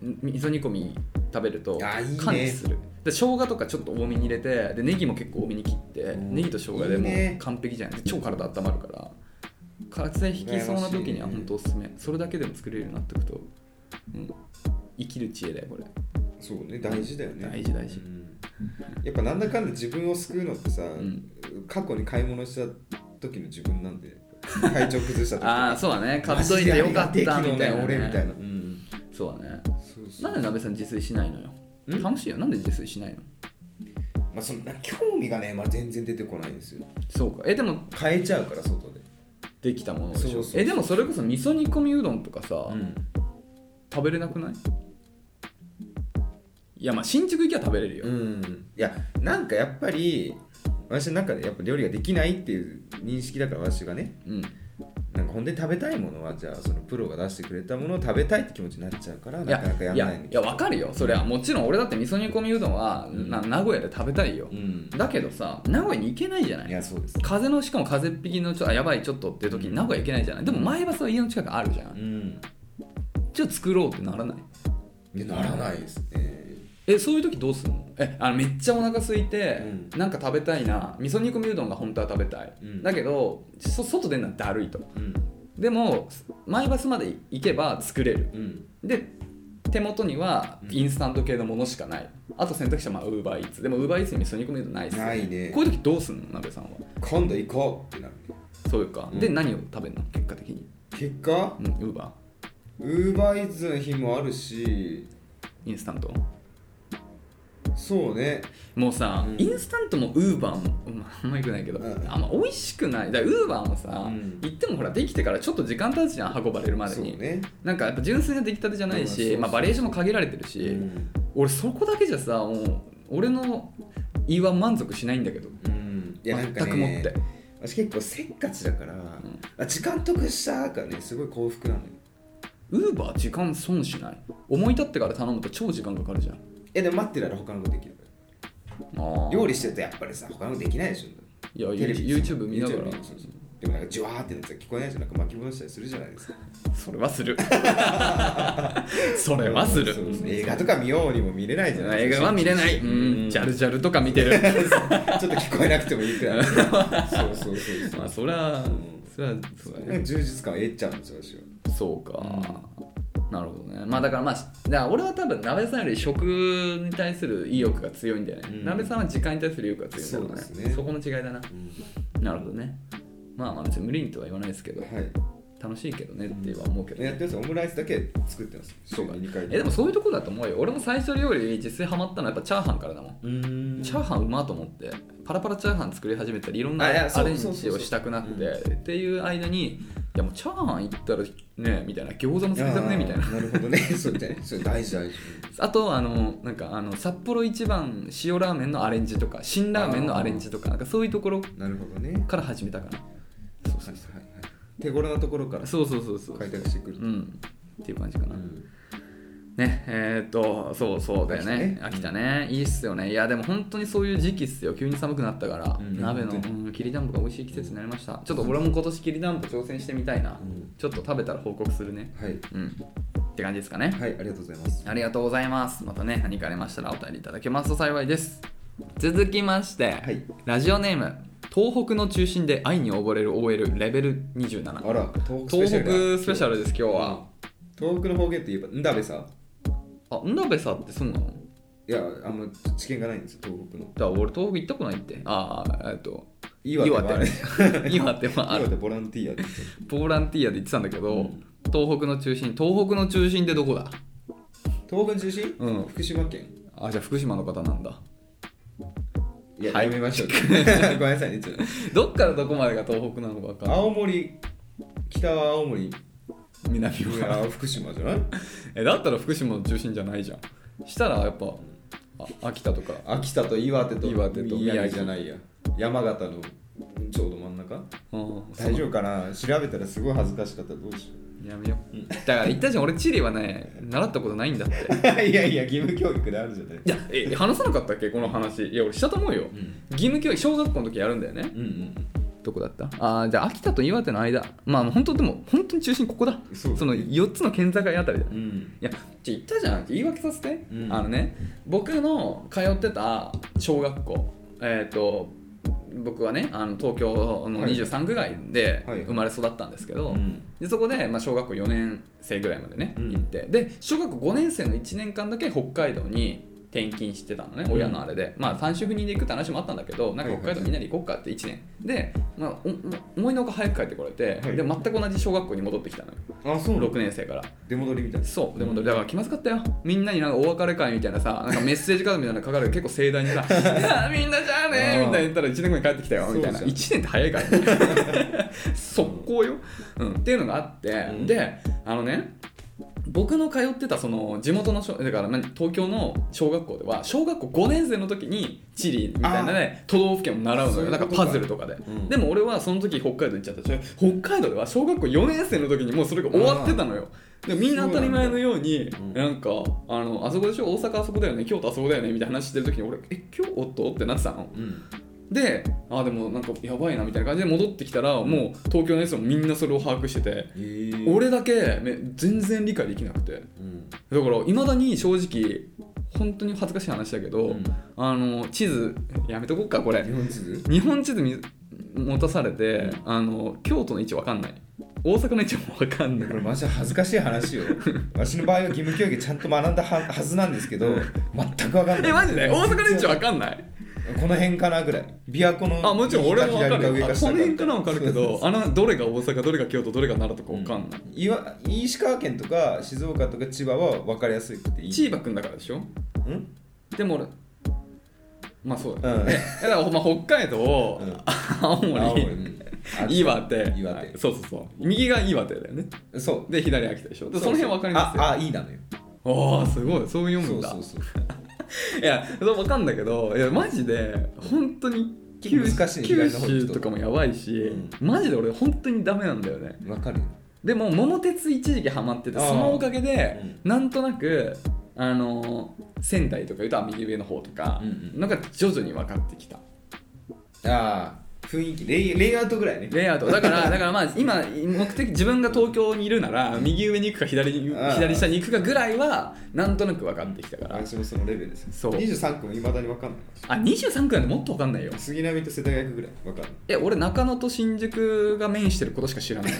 み味噌煮込み食べるとあいいね感知するで生姜とかちょっと多めに入れてでネギも結構多めに切って、うんネギと生姜でもいいねう完璧じゃないで超体温まるから風邪ひきそうな時には本当おすすめ、それだけでも作れるようになっておくと、うん、生きる知恵だよこれそうね大事だよね大事大事うんやっぱなんだかんだ自分を救うのってさ、ん過去に買い物した時の自分なんで体調崩した時ああそうだね買っといてよかったみたいな、マジでありがてえ機能ねね、俺みたいな、うん、そうだねそうそうなんで鍋さん自炊しないのよん楽しいよなんで自炊しないのまあ、そんな興味がね、まあ、全然出てこないんですよそうかえでも変えちゃうから外で、できたものでしょそうそうそうえでもそれこそ味噌煮込みうどんとかさ、食べれなくないいやまあ新宿行きゃ食べれるよ、うん、いやなんかやっぱり私の中でやっぱ料理ができないっていう認識だから私がねうんなんか本当に食べたいものはじゃあそのプロが出してくれたものを食べたいって気持ちになっちゃうからいなやかなかやいらなやいいみたいやわかるよそれはもちろん俺だって味噌煮込みうどんは、うんな名古屋で食べたいよ、うんだけどさ名古屋に行けないじゃないいやそうです風邪のしかも風邪っぴきのちょっとあやばいちょっとっていう時うにん名古屋行けないじゃないでも前バスは家の近くあるじゃん、んじゃあ作ろうってならないいやならないですねえそういう時どうすんのえあのめっちゃお腹空いて、うなんか食べたいな味噌煮込みうどんが本当は食べたい、うんだけどそ外出るのはだるいとうんでもマイバスまで行けば作れるうんで手元にはうんインスタント系のものしかないあと選択肢はまあウーバーイーツでもウーバーイーツに味噌煮込みうどんないっすよないねこういう時どうすんの鍋さんは今度行こうってなるねそういうか、うんで何を食べるの結果的に結果うんウーバウーバーイーツの日もあるしーインスタントそうねもうさ、うんインスタントもウーバーも、うんあんまよくないけど、うんあんま美味しくないだウーバーもさ、うん行ってもほらできてからちょっと時間経つじゃん運ばれるまでそうに、ねなんかやっぱ純粋な出来たてじゃないうんそうし、そうまあ、バリエーションも限られてるし、うん俺そこだけじゃさもう俺の胃は満足しないんだけどうんいやなんか全くもっねて私結構せっかちだから、あ時間得したからねすごい幸福なのよウーバー時間損しない思い立ってから頼むと超時間かかるじゃんえでも待ってたら他のことできるからあ料理してるとやっぱりさ他のことできないでしょいやテレビ YouTube 見ながら YouTube るそうそうでもなんかジュワーってなったら聞こえないじゃんなんか巻き戻したりするじゃないです かーそれはする それはするそうそう映画とか見ようにも見れないじゃない映画は見れないうんジャルジャルとか見てるちょっと聞こえなくてもいいくらいそうそうそうそう まあそりゃんそりゃそうだなんねか充実感を得ちゃうんですよ私はそうかなるほどねまあだからまあだから俺は多分鍋さんより食に対する意欲が強いんだよね、うん鍋さんは時間に対する意欲が強いんだろうねそうですねそこの違いだななるほどねまあまあ別に無理にとは言わないですけど、はい楽しいけどねっては思うけど、やってますオムライスだけ作ってますそうか週に二回えでもそういうとこだと思うよ俺も最初料理実際ハマったのはやっぱチャーハンからだもん、うーんチャーハンうまと思ってパラパラチャーハン作り始めたりいろんなあいやそうアレンジそうそうそうをしたくなってっていう間にいやもうチャーハン行ったらねみたいな餃子も作りたくねみたいなあーなるほどねそうみたいなそう大事大事あとあのなんかあの札幌一番塩ラーメンのアレンジとか辛ラーメンのアレンジとかなんかそういうところなるほどねから始めたかなそうそうはいはい手頃なところからそうそうそうそう開拓してくるうんっていう感じかな、うんねえーっとそうそうだよね飽飽ききたたねいいっすよねいやでも本当にそういう時期っすよ急に寒くなったから、うん鍋の、本当うん、きりたんぽが美味しい季節になりましたちょっと俺も今年きりたんぽ挑戦してみたいな、うんちょっと食べたら報告するねはいうんって感じですかね、はいありがとうございますありがとうございますまたね何かありましたらお便りいただけますと幸いです続きまして、はいラジオネーム東北の中心で愛に溺れる OL レベルあ27ら東北スペ東シャ北ルだスペシャルです今日は、東北の方言といえばんだべさあんだべさんってそんなのだかいやあんま知見がないんですよ東北のら俺東北行ったことないってああえっと岩手はあれ 岩手はあ 岩る手ボランティアですよボランティアで行ってたんだけど、うん東北の中心東北の中心ってどこだ東北の中心うん福島県あじゃあ福島の方なんだ いや、はいやめましょ うごめんなさいねちょっとどっからどこまでが東北なのか分かんない青森北は青森南いはや福島じゃないえだったら福島の中心じゃないじゃんしたらやっぱあ秋田とか秋田と岩手と岩手と宮宮城城じゃないや山形のちょうど真ん中うん大丈夫かな調べたらすごい恥ずかしかったらどう しよやめようだから言ったじゃん俺地理はね習ったことないんだってういやいや義務教育であるじゃないいやえ話さなかったっけこの話いや俺したと思うようん義務教育小学校の時やるんだよねうんどこだったあーじゃあ秋田と岩手の間まあ本当でも本当に中心ここだそうその4つの県境あたりだよねうんうんいやちょ言ったじゃん言い訳させて、うんあのね僕の通ってた小学校えっ、と僕はねあの東京のはい23区外ではい生まれ育ったんですけど、うんでそこで、まあ、小学校4年生ぐらいまでね、うん行ってで小学校5年生の1年間だけ北海道に転勤してたのね、うん親のあれでまあ単身赴任で行くって話もあったんだけどなんはいかはい北海道みんなで行こうかって1年で、まあ、おお思いのほか早く帰ってこれて、はいで全く同じ小学校に戻ってきたのよあそうなの6年生から。出戻りみたいなそうでもだから気まずかったよみんなになんかお別れ会みたいなさなんかメッセージカードみたいなの書かれる結構盛大 にさ「いやみんなじゃあね」みたいな言ったら1年後に帰ってきたよみたいなそうじゃ1ん年って早いからね 速攻よ、うん、っていうのがあって、うんであのね僕の通ってたその地元の小だから何東京の小学校では小学校5年生の時に地理みたいなね都道府県を習うのそういようなこんとかかパズルとかで、うんでも俺はその時北海道行っちゃったし北海道では小学校4年生の時にもうそれが終わってたのよでみんな当たり前のようにそうなんだなんかあのあそこでしょ大阪あそこだよね京都あそこだよねみたいな話してる時に俺え京都ってなってたのうんであでもなんかやばいなみたいな感じで戻ってきたらもう東京のやつもみんなそれを把握しててえー俺だけめ全然理解できなくてうんだからいまだに正直本当に恥ずかしい話だけど、うんあの地図やめとこっかこれ日本地図日本地図見持たされてあの京都の位置わかんない大阪の位置もわか んなこれいマジ恥ずかしい話よ私の場合は義務教育ちゃんと学んだははずなんですけど全く分かんないえマジで 大阪の位置わか んないこの辺かなぐらい琵琶湖のあもちろん俺もわか左る上よあこ下の辺からわかるけそうそうどあのどれが大阪どれが京都どれが奈良とかわかんない、いわ石川県とか静岡とか千葉は分かりやすくていい。チーバくんだからでしょうんでも俺まあそうだね、うんえだからほんま北海道、うん青森青森うん岩手岩手はいそうそうそう右が岩手だよねそで左秋田でしょう。でその辺わかりますよあ、あ、いいなのよ。ああすごいそういう読そむんうだそうそう。いや分かんだけどいやマジで本当に九難しい九意外な方に州とかもやばいし、うんマジで俺本当にダメなんだよねわかる。でも桃鉄一時期ハマっててあーそのおかげで、なんとなくあのー仙台とかいうとあ右上の方とか、うんうんなんか徐々に分かってきたああ、雰囲気、レイレイアウトぐらいね。レイアウトだからだ からまあ今目的自分が東京にいるなら右上に行くか左にあー左下に行くかぐらいはなんとなく分かってきたから私もそのレベルですよ。そう23区もいまだに分かんない。あ23区なんてもっと分かんないよ杉並と世田谷区ぐらい分かんない。え俺中野と新宿が面してることしか知 らない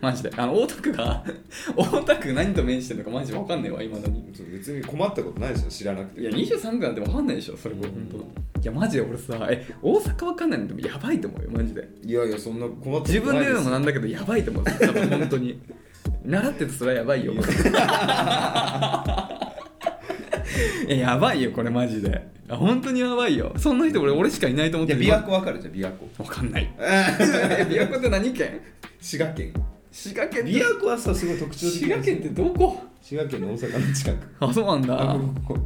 マジであの大田区が 大田区何と面してるのかマジわかんないわいまだにそう別に困ったことないでしょ、知らなくて。いや23区なんてわかんないでしょそれこそうん本当いやマジで俺さえ大阪わかんないのでもやばいと思うよマジでいやいや、そんな困ったことない自分で言うのもななんだけどやばいと思う多分本当に習っててそれはやば いよいややばいよこれマジであ本当にやばいよそんな人俺俺しかいないと思っいてや、る琵琶湖分かるじゃん、琵琶湖。 わかんないえ琵琶湖って何県滋賀県。滋賀県琵琶湖はさ、すごい特徴的滋な賀んですよ県ってどこ滋賀県の大阪の近く。あそうなんだあ、ここ。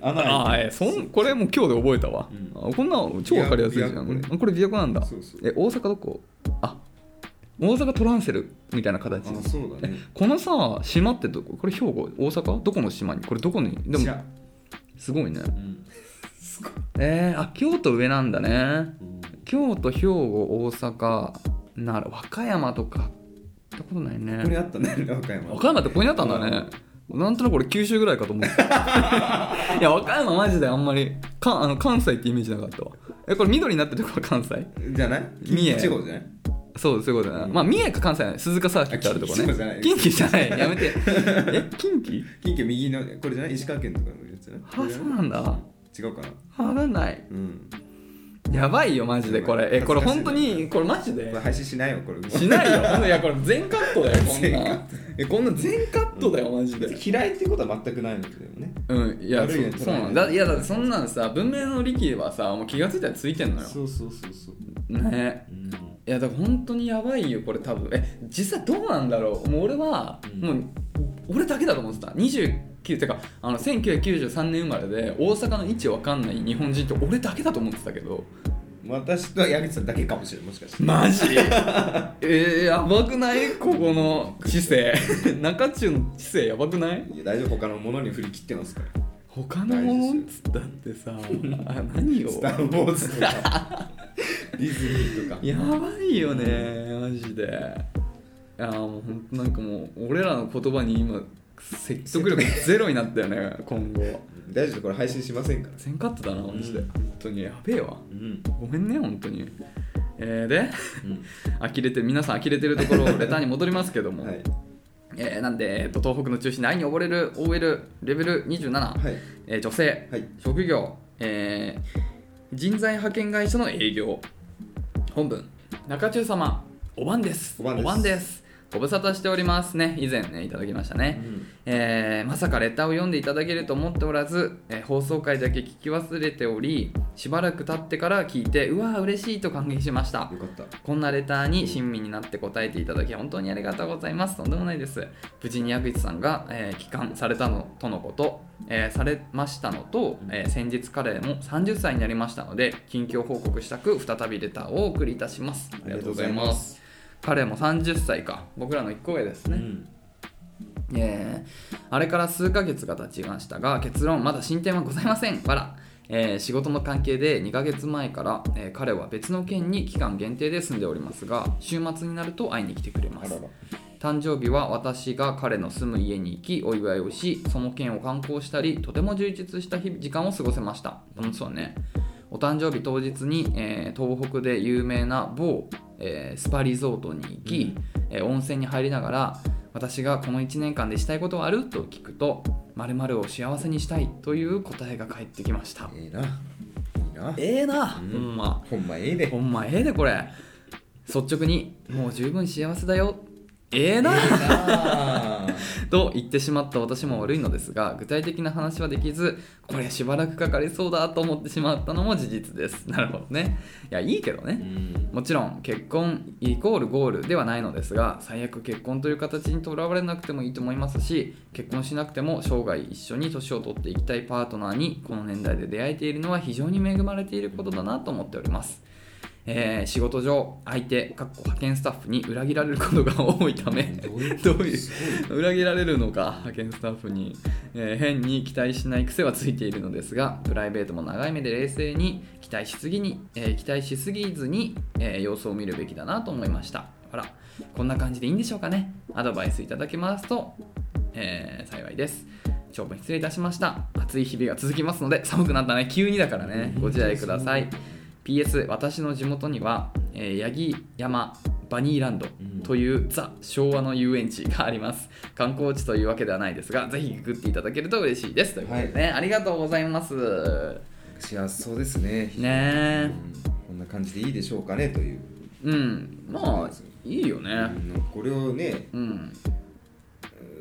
穴開いてるあえそんこれもう今日で覚えたわ、うあこんなの超わかりやすいじゃ琵琶湖んこねれあこれ琵琶湖なんだそうそうえ大阪どこあ大阪トランセルみたいな形あそうだねこのさ島ってどここれ兵庫大阪どこの島にこれどこにで知もらんすごいねうんえー、あ京都上なんだねうん京都兵庫大阪なら和歌山とか行ったことないねこれあったね和歌山和歌山ってここにあったんだね、なんとなく俺九州ぐら いかと思ってたいや和歌山マジであんまりかあの関西ってイメージなかったわえこれ緑になってるところ関西じゃない三重近畿地方じゃないそうそういうことだな、まあ三重か関西なの鈴鹿サーキットあるとこあ近畿地方じゃなねい近畿じゃないやめ てえ近畿近畿右のこれじゃない石川県とかのやつじゃないあそうなんだ違うかなわかんないうんやばいよマジでこれえこれ本当にこれマジこでれ配信しないよこれしないよいやこれ全カットだよこん全カなえこんな全カットだよマジで 嫌いってことは全くないんだけどねうんいや悪いやつそそうなんだだいやだってそんなんさ文明の利器はさもう気がついたらついてんのようそうそうそうねうんいやだから本当にやばいよこれ多分え実際どうなんだろうもう俺は、うんもう俺だけだと思ってた29てかあの1993年生まれで大阪の位置わかんない日本人って俺だけだと思ってたけど私と矢口さんだけかもしれないもしかしてマ ジえー、やばくないここの知性 中中の知性やばくないいや大丈夫他のものに振り切ってますから他のものっつったってさあ 何よスター・ウォーズとか ディズニーとかやばいよねマジでいやもうほんとなんかもう俺らの言葉に今説得力ゼロになったよ ね今後大丈夫これ配信しませんから全カットだなマジで、うん本当にやべえわうん、ごめんね本当にえー、でうん、 呆れて皆さん呆れてるところレターに戻ります けども、はいえーなんで、えーと東北の中心で愛に溺れる OL レベル27、はいえー女性、はい職業、えー人材派遣会社の営業本文中中様お晩ですお晩ですすご無沙汰しておりますね以前ねいただきましたね、うんえーまさかレターを読んでいただけると思っておらず、えー放送回だけ聞き忘れておりしばらく経ってから聞いてうわー嬉しいと感激しましたよかったこんなレターに親身になって答えていただき本当にありがとうございます。とんでもないです。無事に矢口さんが、えー帰還されたのとのこと、えーされましたのと、えー先日彼も30歳になりましたので、近況報告したく再びレターをお送りいたします。ありがとうございます。彼も30歳か。僕らの1個上ですうね。んえーあれから数ヶ月が経ちましたが結論まだ進展はございませんわら、えー仕事の関係で2ヶ月前から、えー彼は別の県に期間限定で住んでおりますが週末になると会いに来てくれあまらすら誕生日は私が彼の住む家に行きお祝いをしその県を観光したりとても充実した日々時間を過ごせました楽しそうねお誕生日当日に、えー東北で有名な某、えースパリゾートに行き、えー温泉に入りながら私がこの1年間でしたいことはあると聞くと〇〇を幸せにしたいという答えが返ってきましたええないいなええな、うんほんまほんまええでほんまええでこれ率直にもう十分幸せだよええな、なと言ってしまった私も悪いのですが具体的な話はできずこれしばらくかかりそうだと思ってしまったのも事実です なるほどねいやいいけどうねんもちろん結婚イコールゴールではないのですが最悪結婚という形にとらわれなくてもいいと思いますし結婚しなくても生涯一緒に年を取っていきたいパートナーにこの年代で出会えているのは非常に恵まれていることだなと思っておりますえー仕事上相手かっこ派遣スタッフに裏切られることが多いためどういうこどとういうすごい裏切られるのか派遣スタッフに、えー変に期待しない癖はついているのですがプライベートも長い目で冷静に期待しすぎに、えー期待しすぎずに、えー様子を見るべきだなと思いましたあらこんな感じでいいんでしょうかねアドバイスいただけますと、えー幸いです長文失礼いたしました暑い日々が続きますので寒くなったね急にだからねご自愛ください PS 私の地元には、えー八木山バニーランドというザ昭和の遊園地があります観光地というわけではないですがぜひググっていただけると嬉しいですということでね、ありがとうございます幸せそうですねねえこんな感じでいいでしょうかねという、うんまあいいよねうんこれをねうんうん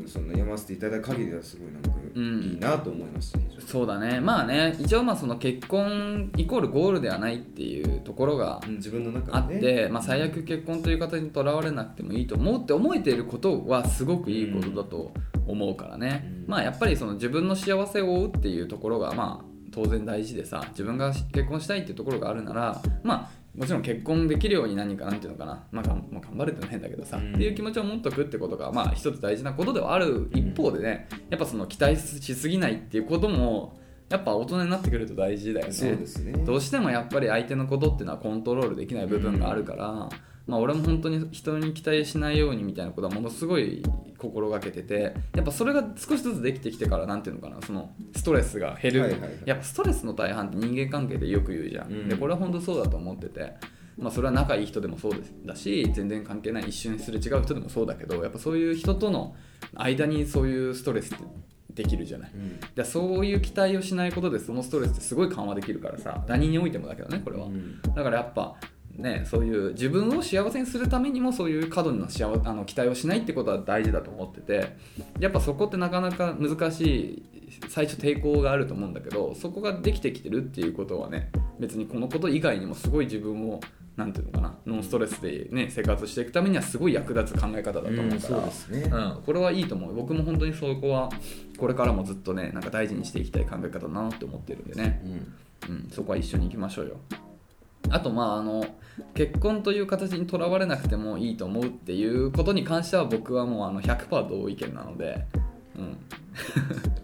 その読ませていただく限りはすごいなんかうんいいなと思いました、非常にそうだねまあね一応まあその結婚イコールゴールではないっていうところがうん自分の中あっでねて、まあ、最悪結婚という形にとらわれなくてもいいと思うって思えていることはすごくいいことだと思うからね、うんまあやっぱりその自分の幸せを追うっていうところがまあ当然大事でさ自分が結婚したいっていうところがあるならまあもちろん結婚できるように何かなんていうのかな、まあ、がんまあ頑張るってのは変だけどさ、うんっていう気持ちを持っとくってことがまあ一つ大事なことではある一方でねやっぱその期待しすぎないっていうこともやっぱ大人になってくると大事だよね。そうですねどうしてもやっぱり相手のことっていうのはコントロールできない部分があるから、まあ、俺も本当に人に期待しないようにみたいなことはものすごい心がけててやっぱそれが少しずつできてきてからなんていうのかなそのストレスが減る、はいはいはいやっぱストレスの大半って人間関係でよく言うじゃん、うんでこれは本当そうだと思ってて、まあ、それは仲いい人でもそうですだし全然関係ない一瞬すれ違う人でもそうだけどやっぱそういう人との間にそういうストレスってできるじゃないうんでそういう期待をしないことでそのストレスってすごい緩和できるからさ何においてもだけどねこれは、うんだからやっぱねそういう自分を幸せにするためにもそういう過度な幸あの期待をしないってことは大事だと思っててやっぱそこってなかなか難しい最初抵抗があると思うんだけどそこができてきてるっていうことはね別にこのこと以外にもすごい自分をなんていうのかなノンストレスで、ね、生活していくためにはすごい役立つ考え方だと思うから、うんそうですねうん、これはいいと思う僕も本当にそこはこれからもずっとねなんか大事にしていきたい考え方だなって思ってるんでね。うんうん、そこは一緒に行きましょうよあとまああの結婚という形にとらわれなくてもいいと思うっていうことに関しては僕はもうあの100%同意見なので、うん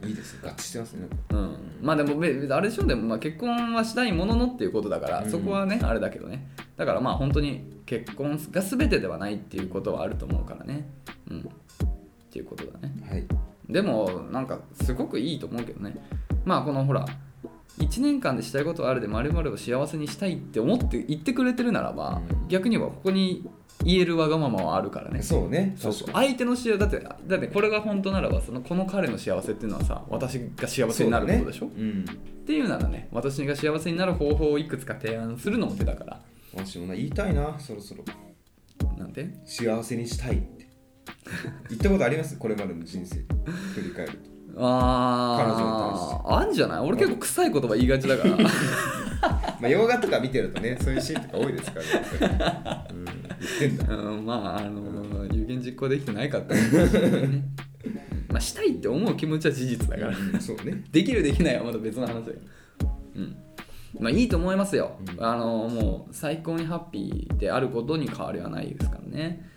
いいですね合致してますねうん、まあでもべあれでしょでもまあ結婚はしたいもののっていうことだから、うんそこはねあれだけどねだからまあ本当に結婚が全てではないっていうことはあると思うからね、うん、っていうことだねはいでもなんかすごくいいと思うけどねまあこのほら1年間でしたいことはあるで〇〇を幸せにしたいって思って言ってくれてるならば、うん逆にはここに言えるわがままはあるからねそうねそうそう確か相手の幸せだってだってこれが本当ならばそのこの彼の幸せっていうのはさ私が幸にせになることでしょ、そうだねうんっていうならね私が幸せになる方法をいくつか提案するのも手だから私もな言いたいなそろそろなんて幸せにしたいって言ったことありますこれまでの人生振り返るとあああんじゃない俺結構臭い言葉言いがちだからまあ洋画とか見てるとねそういうシーンとか多いですからね、うん、言ってんだうん、まああの有言実行できてないかって思うけどね まあしたいって思う気持ちは事実だからうんそうねできるできないはまた別の話だようんまあいいと思いますよ、うんあのもう最高にハッピーであることに変わりはないですからね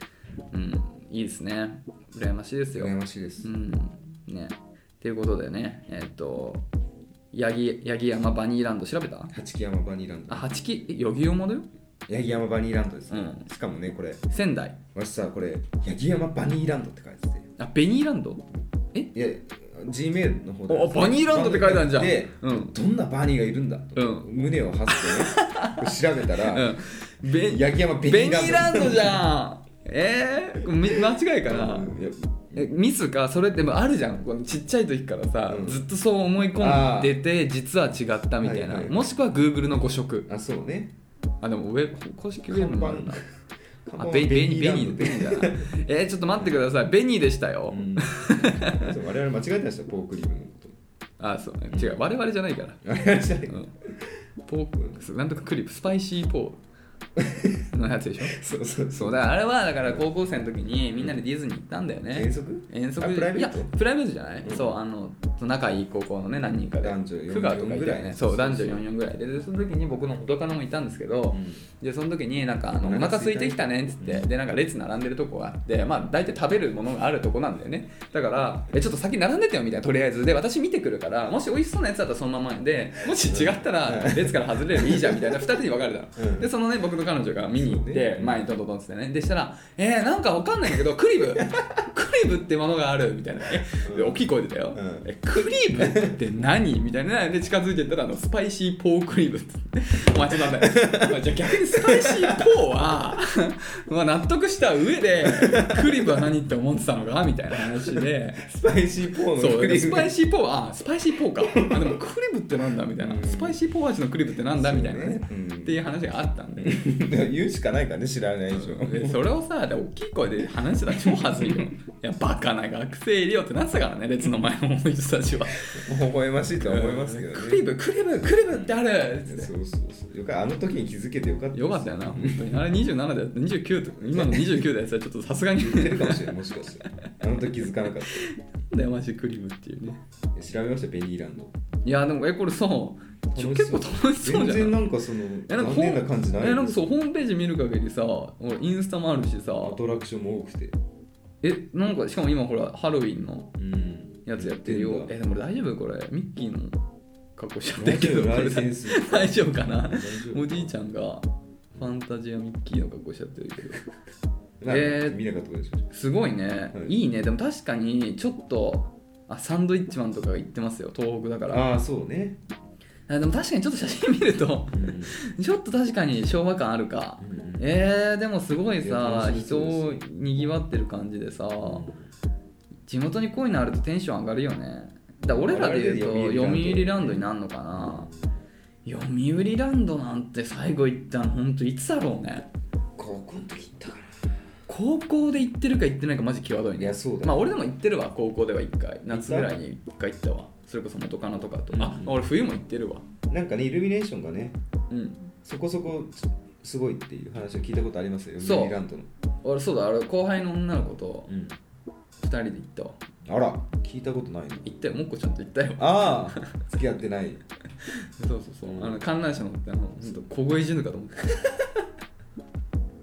うんいいですね羨ましいですよ羨ましいです、うんねということでねえっと八木八木山バニーランド調べた八木山バニーランドあ八木え八木山だよ八木山バニーランドです、ねうんしかもねこれ仙台私さこれ八木山バニーランドって書いててあベニーランドえいや G メールの方おバニーランドって書いてあるじゃんで、うんどんなバニーがいるんだと、う胸を張ってね調べたら、うん、ベ八木山ベニベーニランドーランドじゃんえー、み間違いかな、うんいやえミスかそれってもうあるじゃんこのちっちゃい時からさ、うんずっとそう思い込んでて実は違ったみたいな、はいはいもしくは Google の誤色あそうねあでもウェブ公式ウェブもあるな看板あベベニーベランニドーベニーだなえー、ちょっと待ってくださいベニーでしたよ、うん そう我々間違えてましたポークリームのことあそう違う我々じゃないから、我々じゃないうん、ポークなんとかクリップスパイシーポ ーのやつでしょそうそうそそううだからあれはだから高校生の時にみんなでディズニー行ったんだよね遠足遠足あプライベートいやプライベートじゃない、うんそうあの仲いい高校のね何人かで男女44区川とかいたよぐらいねそう男女そうそう44ぐらいででその時に僕の元カノもいたんですけど、でその時になんかあのおお腹腹空空いいたねてきたねっつって、でなんか列並んでるとこがあってまあ大体食べるものがあるとこなんだよねだからえちょっと先並んでてよみたいなとりあえずで私見てくるからもし美味しそうなやつだったらそのままでもし違ったら列から外れるいいじゃんみたいな2つに分かれたうの、んでそのね僕の彼女が見に行っそうねて前にトントントンっつってねでしたら「えー、なんか分かんないんだけどクリブ クリブってものがある」みたいなえで大きい声出たよ、うんえクリームって何みたいなで近づいてったらあのスパイシーポークリームってお前ちょっと待ってお前じゃあ逆にスパイシーポーは まあ納得した上でクリームは何って思ってたのかみたいな話でスパイシーポーそのうクリでームスパイシーポーはあスパイシーポーかあでもクリームってなんだみたいなスパイシーポー味のクリームってなんだみたいなねそうねうんっていう話があったんで言うしかないからね知らない以上でそれをさで大きい声で話してたら超恥ずいよいやバカな学生いるよってなってたからね列の前の人たちは。微笑ましいとは思いますけどねクリブクリブクリブってあるっつってそうそうそうよかあの時に気づけてよかったよかったよな本当にあれ27だよ29と今の29だやつはちょっとさすがに言ってるかもしれないもしかしたらあの時気づかなかっだよマジクリブっていうねた調べましたベニーランドいやでもえこれさちょ結構楽しそう全じゃない然なんかそのえなんか残ホー念な感じないえなんかそうホームページ見る限りさ俺インスタもあるしさアトラクションも多くてえなんかしかも今ほらハロウィンのうんやつやってるよえでも大丈夫これミッキーの格好しちゃって大るけ丈ど夫こラれイ センス大丈夫かな大丈夫おじいちゃんがファンタジアミッキーの格好しちゃってるけどなんかえー見なかったことでしすごいね、はいい、いねでも確かにちょっとあサンドイッチマンとかが行ってますよ東北だかょらああそうね、あでも確かにちょっと写真見ると うんちょっと確かに昭和感あるかうんえー、でもすごいいやさ楽しみ人そうですをにぎわってる感じでさ地元にこういうのあるとテンション上がるよねだから俺らで言うとあれで読読売売ラランンドドになんのかな読売ランドなんて最後行ったのほんといつだろうね高校の時行ったか高校で行ってるか行ってないかマジ際どいらいねやそうだ、まあ俺でも行ってるわ高校では1回夏ぐらいに1回行ったわそれこそ元カノとかと、あうん俺冬も行ってるわなんかねイルミネーションがねうんそこそこすごいっていう話を聞いたことありますよそ読う売ランドの、俺そうだ俺後輩の女の子とうん、 2人で行ったわあら聞いたことないの行ったよもっこちゃんと行ったよああ付き合ってないそうそうそう、あの観覧車乗ってあのほんと小声死ぬかと 思って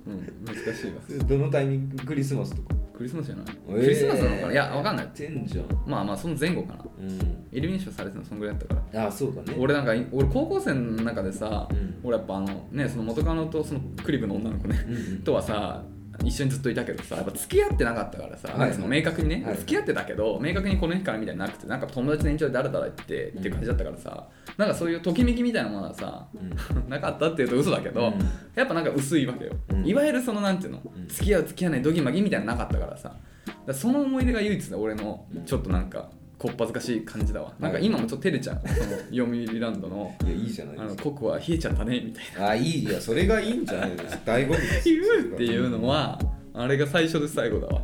うん難しいわどのタイミングクリスマスとかクリスマスじゃない、えークリスマスなのかないやわかんないてんじゃんまあまあその前後かなうんイルミネーションされてたのそんぐらいだったからああそうだね俺なんか俺高校生の中でさ、うん俺やっぱあのねその元カノとそのクリブの女の子ね うんうんとはさ一緒にずっといたけどさやっぱ付き合ってなかったからさ、はいその明確にね、はい付き合ってたけど明確にこの日からみたいになくてなんか友達の延長でだらだら行ってっていう感じだったからさ、なんかそういうときめきみたいなものはさ なかったっていうと嘘だけど、うんやっぱなんか薄いわけよ、うんいわゆるそのなんていうの、ん付き合う付き合わないドギマギみたいなのなかったからさだからその思い出が唯一だ俺のうんちょっとなんかこっぱずかしい感じだわ、なんかはい今もちょっと照れちゃうその読売ランドのいやいいじゃないであのすかココア冷えちゃったねみたいなああいいいやそれがいいんじゃないですか醍醐味です 言うっていうのはあれが最初で最後だわ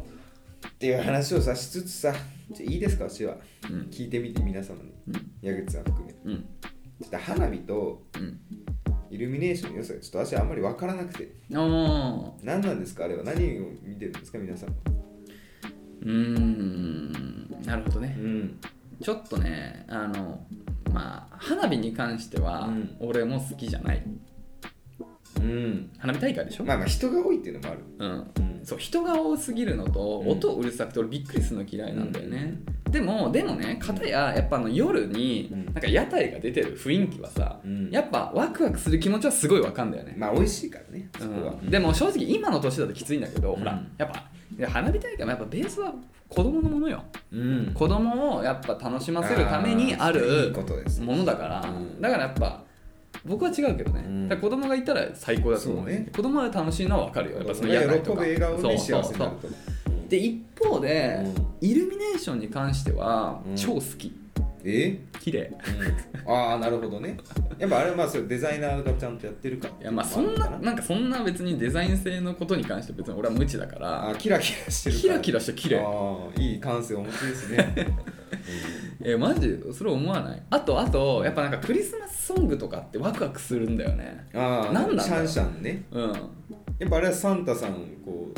っていう話をさしつつさじゃあいいですか私はうん聞いてみて皆様にうん矢口さん含めうんちょっと花火とうんイルミネーションの良さがちょっと私あんまり分からなくてああ何なんですかあれは何を見てるんですか皆さんうーんなるほどうねんちょっとねあのまあ花火に関しては、うん俺も好きじゃないうん花火大会でしょ、まあまあ人が多いっていうのもあるうんうんそう人が多すぎるのと、うん音うるさくて俺びっくりするの嫌いなんだよね、でもでもね片ややっぱあの夜にうんなんか屋台が出てる雰囲気はさ、うんやっぱワクワクする気持ちはすごいわかんだよねまあ美味しいからねそこはうんでも正直今の年だときついんだけうど、んほらやっぱいや花火大会もやっぱベースは子供のものようん子供をやっぱ楽しませるためにあーいいることですものだから、うんだからやっぱ僕は違うけどね、うんだから子供がいたら最高だと思うそうね子供は楽しいのは分かるよやっぱその屋台喜とぶか笑顔で幸せになるうとうで一方で、うんイルミネーションに関してはうん超好きえ綺麗ああなるほどねやっぱあれはまあそれデザイナーがちゃんとやってるからいやまあそんなあなんかそんな別にデザイン性のことに関して別に俺は無知だからあキラキラしてるキラキララして綺麗ああいい感性お持ちです ねえマジそれ思わないあとあとやっぱなんかクリスマスソングとかってワクワクするんだよねああなんなんだろシャうンシャンねうんやっぱあれはサンタさんをこ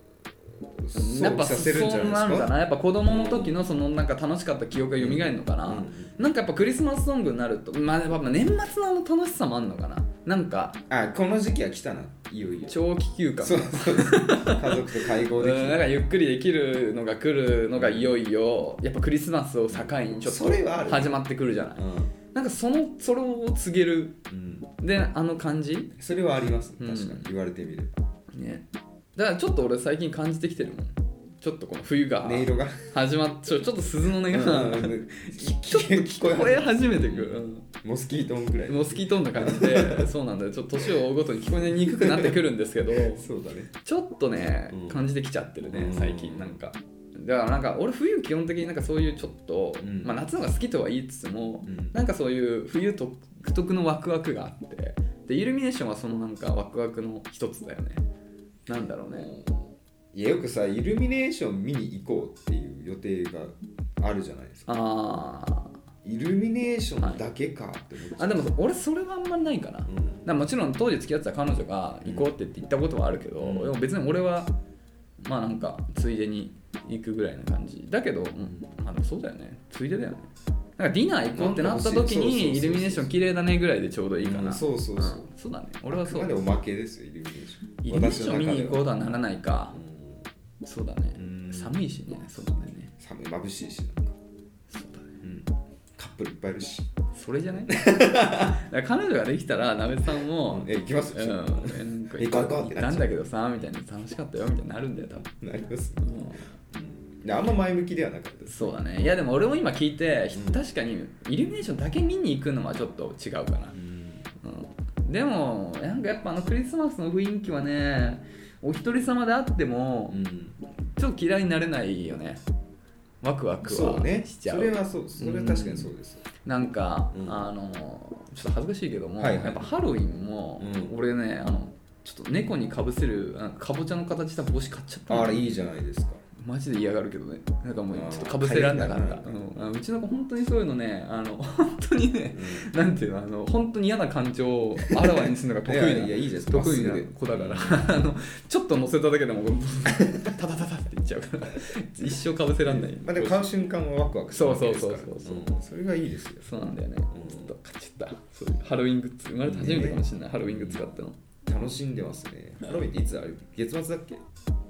うやっ想ぱ起さそせるんじゃうなないんですだかなやっぱ子供の時のそのなんか楽しかった記憶が蘇るのかな、うんなんかやっぱクリスマスソングになるとまあやっぱ年末のあの楽しさもあるのかななんかあこの時期は来たないよいよ長期休暇そうそうそう家族と会合でうん、なんきかゆっくりできるのが来るのがいよいよやっぱクリスマスを境にちょっそれはあとる始まってくるじゃないたうん、なんかそのそれを告げるうん、であの感じそれはあります確かに、うん言われてみれねだからちょっと俺最近感じてきてるもんちょっとこの冬ばが音色が始まっちょちょっと鈴の音うが、んちょっと聞こえ始めてくる、モスキート音ぐらいうんモスキートンな感じでそうなんだよちょっと年を追うごとに聞こえにくくなってくるんですけどそうだねちょっとねうん感じてきちゃってるねうん最近なんかだからなんか俺冬基本的になんかそういうちょっと、うんまあ、夏の方が好きとは言いつつも、うんなんかそういう冬独特のワクワクがあってでイルミネーションはそのなんかワクワクの一つだよねなんだろうね、いやよくさイルミネーション見に行こうっていう予定があるじゃないですかあイルミネーションだけかって思っちゃーあでも俺それはあんまないかな、だかうんらもちろん当時付き合ってた彼女が行こうって言って行ったことはあるけど、うんでも別に俺はまあなんかついでに行くぐらいな感じだけど、うんまあでもそうだよねついでだよねなんかディナー行こうってなった時にイルミネーション綺麗だねぐらいでちょうどいいかな、うんそうそうそう、んそうだね俺はあくそうまだでおまけですよイルミネーションイルミネーション見に行こ私の中でうはとはならないかうんそうだね、うん寒いしねそうだね寒い眩しいしなんか、そうだねうん、カップルいっぱいいるしそれじ ゃないだから彼女ができたらなべさんもうんえ行きますうんよなん行こう行こうってなっちゃうなんだけどさみたいな楽しかったよみたいになるんだよ多分なりますうんであんま前向きではなかったですそうだねいやでも俺も今聞いて、ひうん確かにイルミネーションだけ見に行くのはちょっと違うかな、うん、でもなんかやっぱあのクリスマスの雰囲気はねお一人様であってもうんちょっと嫌いになれないよねワクワクそうねはしそちゃうれはそうそれは確かにそうですなんか、うんあのちょっと恥ずかしいけども、はいはいやっぱハロウィンも、うん俺ねあのちょっと猫にかぶせるなんかかぼちゃの形した帽子買っちゃったのあらいいじゃないですかマジで嫌がるけどねなんかもうあーちょっとかぶせられなかった、大うんあのうちの子本当にそういうのねあの本当にねなんていうのあの本当に嫌な感情をあらわにするのが得意いなやいやいいじゃないですか得意な子だからあのちょっと乗せただけでもこうタタタタっていっちゃうから一生かぶせらんないまあでも買う瞬間はワクワクするそうわけそうですそかうらそうそう、んそれがいいですよそうなんだよねうんちょっと買っちゃったそういうハロウィングッズ生まれて初めてかもしれない、ハロウィングッズ買ったの楽しんでますねハロウィンっていつある月末だっけ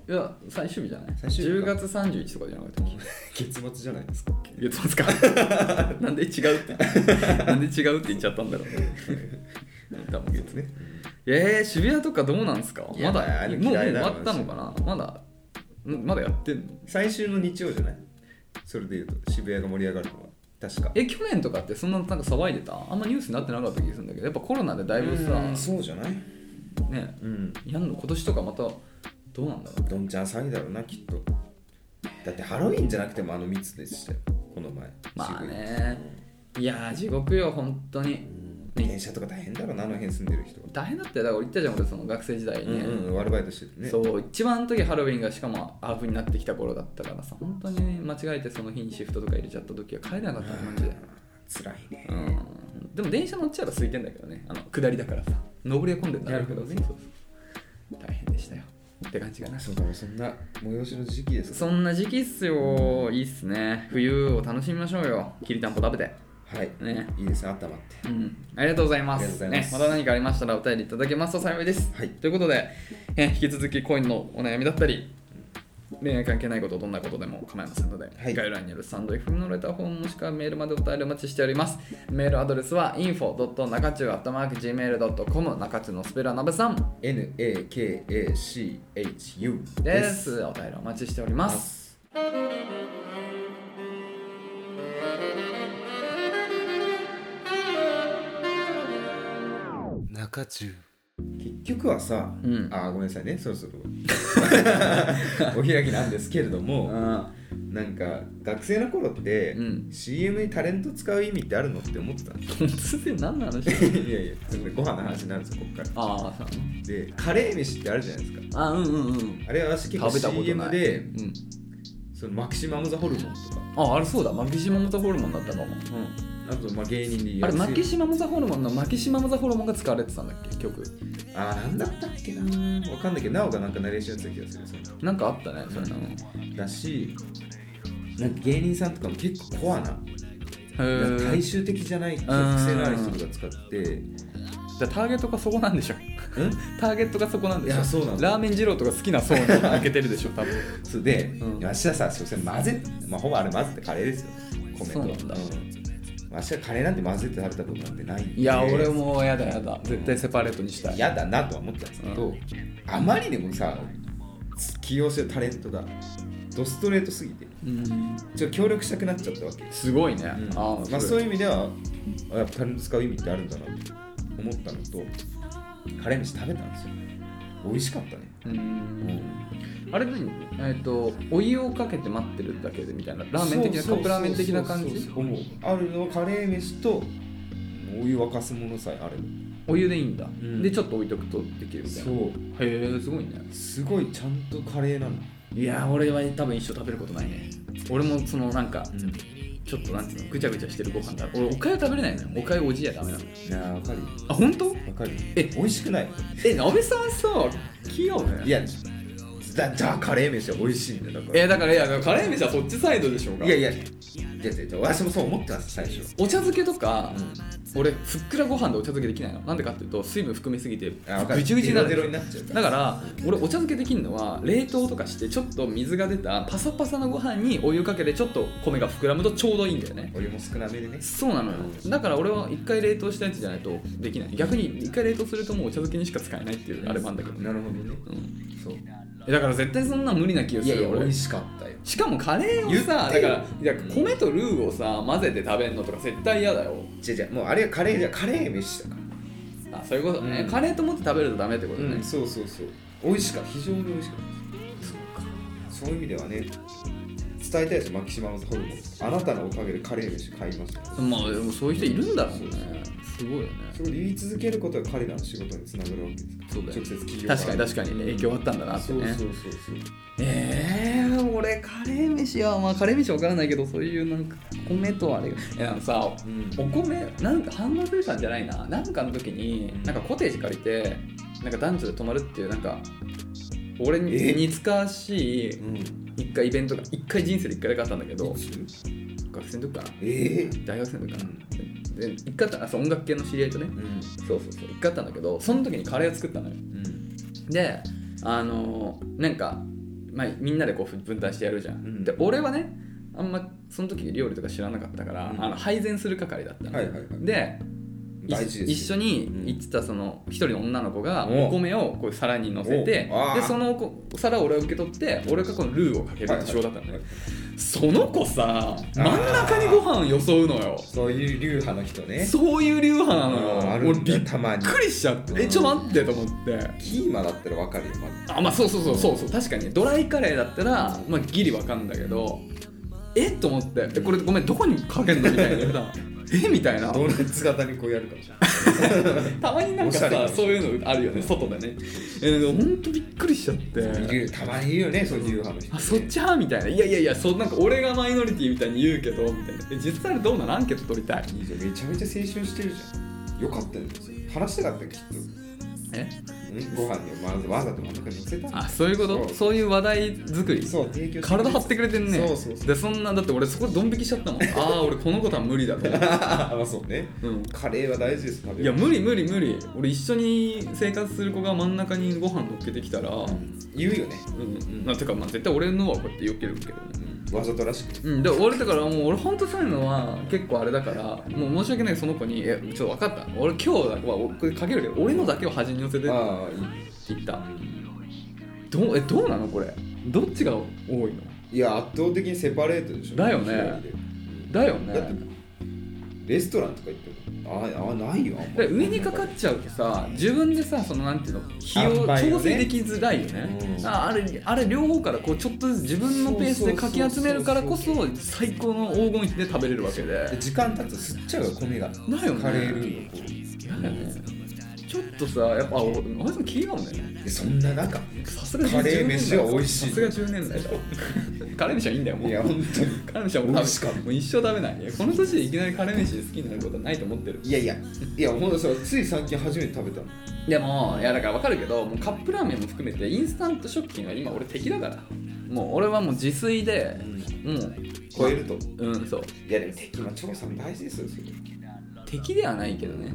いや最終日じゃない最終日10か月31とかじゃなかったっけ月末じゃないですか月末か なんで違うって なんで違うって言っちゃったんだろう多分月ねえー、渋谷とかどうなんですかいやまだ嫌もいうもう終だわったのかなまだんまだやってんの最終の日曜じゃないそれでいうと渋谷が盛り上がるのは確かえ去年とかってそんななんか騒いでたあんまニュースになってなかった気がするんだけどやっぱコロナでだいぶうんさそうじゃないねうんやんの今年とかまたどうなんだろうどんちゃん騒ぎだろうなきっとだってハロウィンじゃなくてもあの密でしたよこの前まあねいやー地獄よ本当に渋谷電車とか大変だろうなあの辺住んでる人は大変だったよだから俺言ったじゃん俺その学生時代ね、うんうんアルバイトしててねそう一番あの時ハロウィンがしかもアーフになってきた頃だったからさ本当に間違えてその日にシフトとか入れちゃった時は帰れなかったのマジで、辛いねうん、でも電車乗っちゃえば空いてんだけどねあの下りだからさ上りは混んでんだろうけどなねるそうそう大変でしたよって感じかなそうだろうそんな催しの時期ですそんな時期っすよいいっすね冬を楽しみましょうよきりたんぽ食べてはいねいいですね頭ってうん、ありがとうございまありがすとうございますね、また何かありましたらお便りいただけますと幸いです、はいということで、えー引き続き恋のお悩みだったり恋愛関係ないことどんなことでも構いませんので、はい概要欄にあるスタンド FM のレターフォームもしくはメールまでお便りお待ちしておりますメールアドレスは info.nakachu.gmail.com 中中のスペラなべさん NAKACHU でですすお便りお待ちしております中中結局はさ、うんあーごめんなさいねそろそ ろお開きなんですけれどう も、んなんか学生の頃って、うん CM にタレント使う意味ってあるのって思ってたんですよ 突然何の話いやいやご飯の話になるんですよこっからああそうでカレー飯ってあるじゃないですかあうんうんうんあれは私結構食べたことな CM いでうん、そのマキシマム・ザ・ホルモンとかああれそうだマキシマムザホルモンだったかも、うんあとまあ芸人で言あれマキシシマムザホルモンのマキシマムザホルモンが使われてたんだっけ曲あーなんだったっけなわかんないけどなおがなんかナレーションやってた気がするそなんかあったねそれなのへのだしなんか芸人さんとかも結構コアななんかえ大衆的じゃない癖のある人が使ってじゃあターゲットがそこなんでしょ うんターゲットがそこなんでしょいやそうなのラーメン二郎とか好きな層に開けてるでしょ多分それで、うんわしはさ、所詮混ぜ、まあ、ほぼあれ混ぜてカレーですよ、米と。そうなんだうんわしはカレーなんて混ぜて食べたことなんて ないんでいや俺。もやだやだ絶対セパレートにしたい嫌だなとは思ったんですけど、あまりにもさ、起用してるタレントが、ドストレートすぎて、うんちょっと協力したくなっちゃったわけ。すごいね、うんあまあ、そそうれいう意味では、あやっぱタレント使う意味ってあるんだなと思ったのと、カレー飯食べたんですよ。美味しかったね。うんあれ何えっ、とお湯をかけて待ってるだけでみたいなラーメン的なカそうそうそうそうップラーメン的な感そうじそうそうもうあるのはカレー飯とお湯沸かすものさえあればお湯でいいんだ、んでちょっと置いとくとできるみたいなうへえすごいねすごいちゃんとカレーなのいやー俺は多分一生食べることないね俺もそのなんかうんちょっとなんていうのぐちゃぐちゃしてるご飯だ俺おかゆ食べれないのよおかゆおじやダメなのいやーわかるよあ本当？わかるよえ美味しくないえなべさんさ器用ねいやだじゃあカレー飯は美味しいんだよだからえだからいやカレー飯はそっちサイドでしょうがいやいやいやいやいや私もそう思ってました最初お茶漬けとか、うん俺ふっくらご飯でお茶漬けできないのなんでかっていうと水分含めすぎてあわかるぐちゅぐちゅになゼロゼロるになっちゃうだから俺お茶漬けできるのは冷凍とかしてちょっと水が出たパサパサのご飯にお湯かけてちょっと米が膨らむとちょうどいいんだよね俺も少なめでねそうなのよだから俺は一回冷凍したやつじゃないとできない逆に一回冷凍するともうお茶漬けにしか使えないっていうあれもあんだけど、なるほどねうん、そうえだから絶対そんな無理な気がすいるやいや俺美味しかったよしかもカレーを言さっだてかよらいや米とルーをさ混ぜて食べるのとか絶対嫌だよじゃじゃもうあれはカレーじゃカレー飯だかあそういうことね、うんカレーと思って食べるとダメってことら、ね、そうそうそう美味しかった非常に美味しかったそういう意味ではね伝えたいですマキシマムズホルモンあなたのおかげでカレー飯買いましたまあでもそういう人いるんだろうそうねすごいよねそれを言い続けることが彼らの仕事につながるわけですからそうだよ直接企業確かに確かにうん影響あったんだなってそうね、そうそうそうえー、俺カレー飯はまあカレー飯わからないけどそういうなんか米とあれがえあのさうんお米なんか半額さんじゃないななんかの時になんかコテージ借りてなんか男女で泊まるっていうなんか俺にえ似つかわしいうん一回イベントが一回人生で一回だけあったんだけどう学生の時かなええ大学生の時かうなんで一回あったあそう音楽系の知り合いとねうんそうそうそう一回あったんだけどその時にカレーを作ったのようんであのーなんか、まあ、みんなでこう分担してやるじゃん、うんで俺はねあんまその時料理とか知らなかったから、うんあの配膳する係だったの、はいはいはいで大事です一緒に行ってたその一人の女の子がおうお米をこう皿に乗せておうあーでその子皿を俺は受け取って俺がこのルーをかけるって仕事だったのね、はいはいその子さ真ん中にご飯よそうのよそういう流派の人ねそういう流派なあーあのるよん俺だびったまにくりしちゃってえちょっと待ってと思ってキーマだったらわかるよまだあまあそうそうそうそうそう確かにドライカレーだったらまあギリわかんだけどえと思ってえこれごめんどこにかけるのみたいな普段えみたいなドーナツ型にこうやるかもしれないたまになんかおしゃれださねそういうのあるよね外でねえなんかほんとびっくりしちゃっているたまにいるよねそういう流派の人あそっち派みたいないやいやいやそうなんか俺がマイノリティみたいに言うけどみたいなえ実際どうなのアンケート取りたいいいじゃんめちゃめちゃ青春してるじゃんよかったよ話したかったよきっとえんご飯にわざわざと真ん中に乗せたのあそういうことそうそういう話題作りそう提供してくれる体張ってくれてんねそうそうそうでそんなだって俺そこでドン引きしちゃったも んああ俺このことは無理だと思ってあまあそうねうんカレーは大事です食べいや無理無理無理俺一緒に生活する子が真ん中にご飯乗っけてきたらうん、言うよね、まあ、てかまあ絶対俺のはこうやって避けるけどねわざとらしくうん、で俺だからもう俺本当そういうのは結構あれだからもう申し訳ないその子に「えちょっと分かった俺今日はこれかけるけど俺のだけを端に寄せて」ってああい言ったどうえどうなのこれどっちが多いのいいや圧倒的にセパレートでしょだよねだよねだってレストランとか行ってもああないよあんまで上にかかっちゃうとさ自分でさそのなんていうの日あをまあね調整できづらいよねうんああれあれ両方からこうちょっとずつ自分のペースでかき集めるからこそ最高の黄金比で食べれるわけでで時間経つと吸っちゃうよ米がだよねカレールーのこ嫌だよねちょっとさやっぱあ俺あいつも気が合うんだようねでそんな中さすがカレー飯は美味しいさすが10年代だわカレー飯はいいんだよもういや本当にカレー飯はもう美味しかったもう一生食べないこの年でいきなりカレー飯で好きになることはないと思ってるいやいやいやほんとそうつい最近初めて食べたのでもいやだから分かるけどもうカップラーメンも含めてインスタント食品は今俺敵だからもう俺はもう自炊でもう超えるとうんそういやでも敵は調査も大事ですよそれ敵ではないけどね、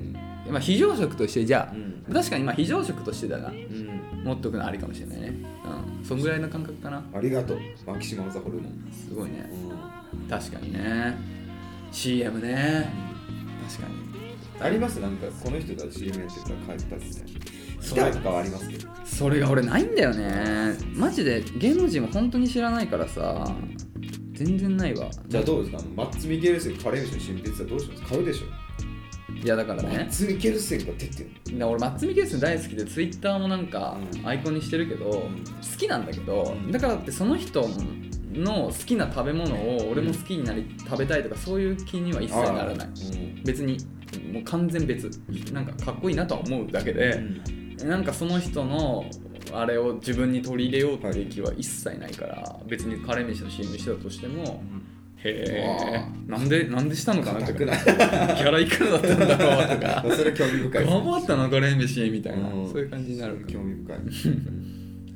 まあ、非常食としてじゃあ、うん確かにまあ非常食としてだなうん持っとくのありかもしれないねうんそんぐらいの感覚かなありがとうマキシマムザホルモンすごいねうん確かにね CM ね確かにありますなんかこの人が CM やってたら帰ったみたいなそ期れ待とかはありますけどそれが俺ないんだよねマジで芸能人も本当に知らないからさ全然ないわじゃあどうですかあのマッツ・ミケルセンカレー飯の新品はどうします買うでしょいやだからマッねツ・ミケルセンが出てるで俺マッツ・ミケルセン大好きでツイッターもなんかうんアイコンにしてるけど、好んきなんだけど、うんだからってその人の好きな食べ物を俺も好きになり食べたいとかそういう気には一切ならないうん別にもう完全別なんかかっこいいなとは思うだけで、なんかその人のあれを自分に取り入れようっていう気は一切ないから、別にカレー飯の CM してたとしても、へえなんでなんでしたのかなとか硬ギくないャラいくらだったんだろうとか それ興味深いです頑張ったなカレー飯みたいな、うんそういう感じになるか興味深い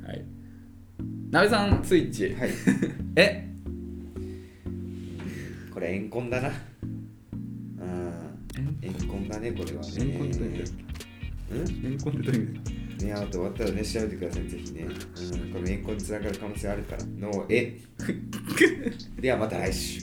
らはい なべさんスイッチはいえこれ怨恨だなうん怨恨だねこれはね怨恨って何だっうんけ怨恨ってどういう意味だっねアウト終わったらね調べてくださいぜひね、 うん、これ怨恨につながる可能性あるからのえではまた来週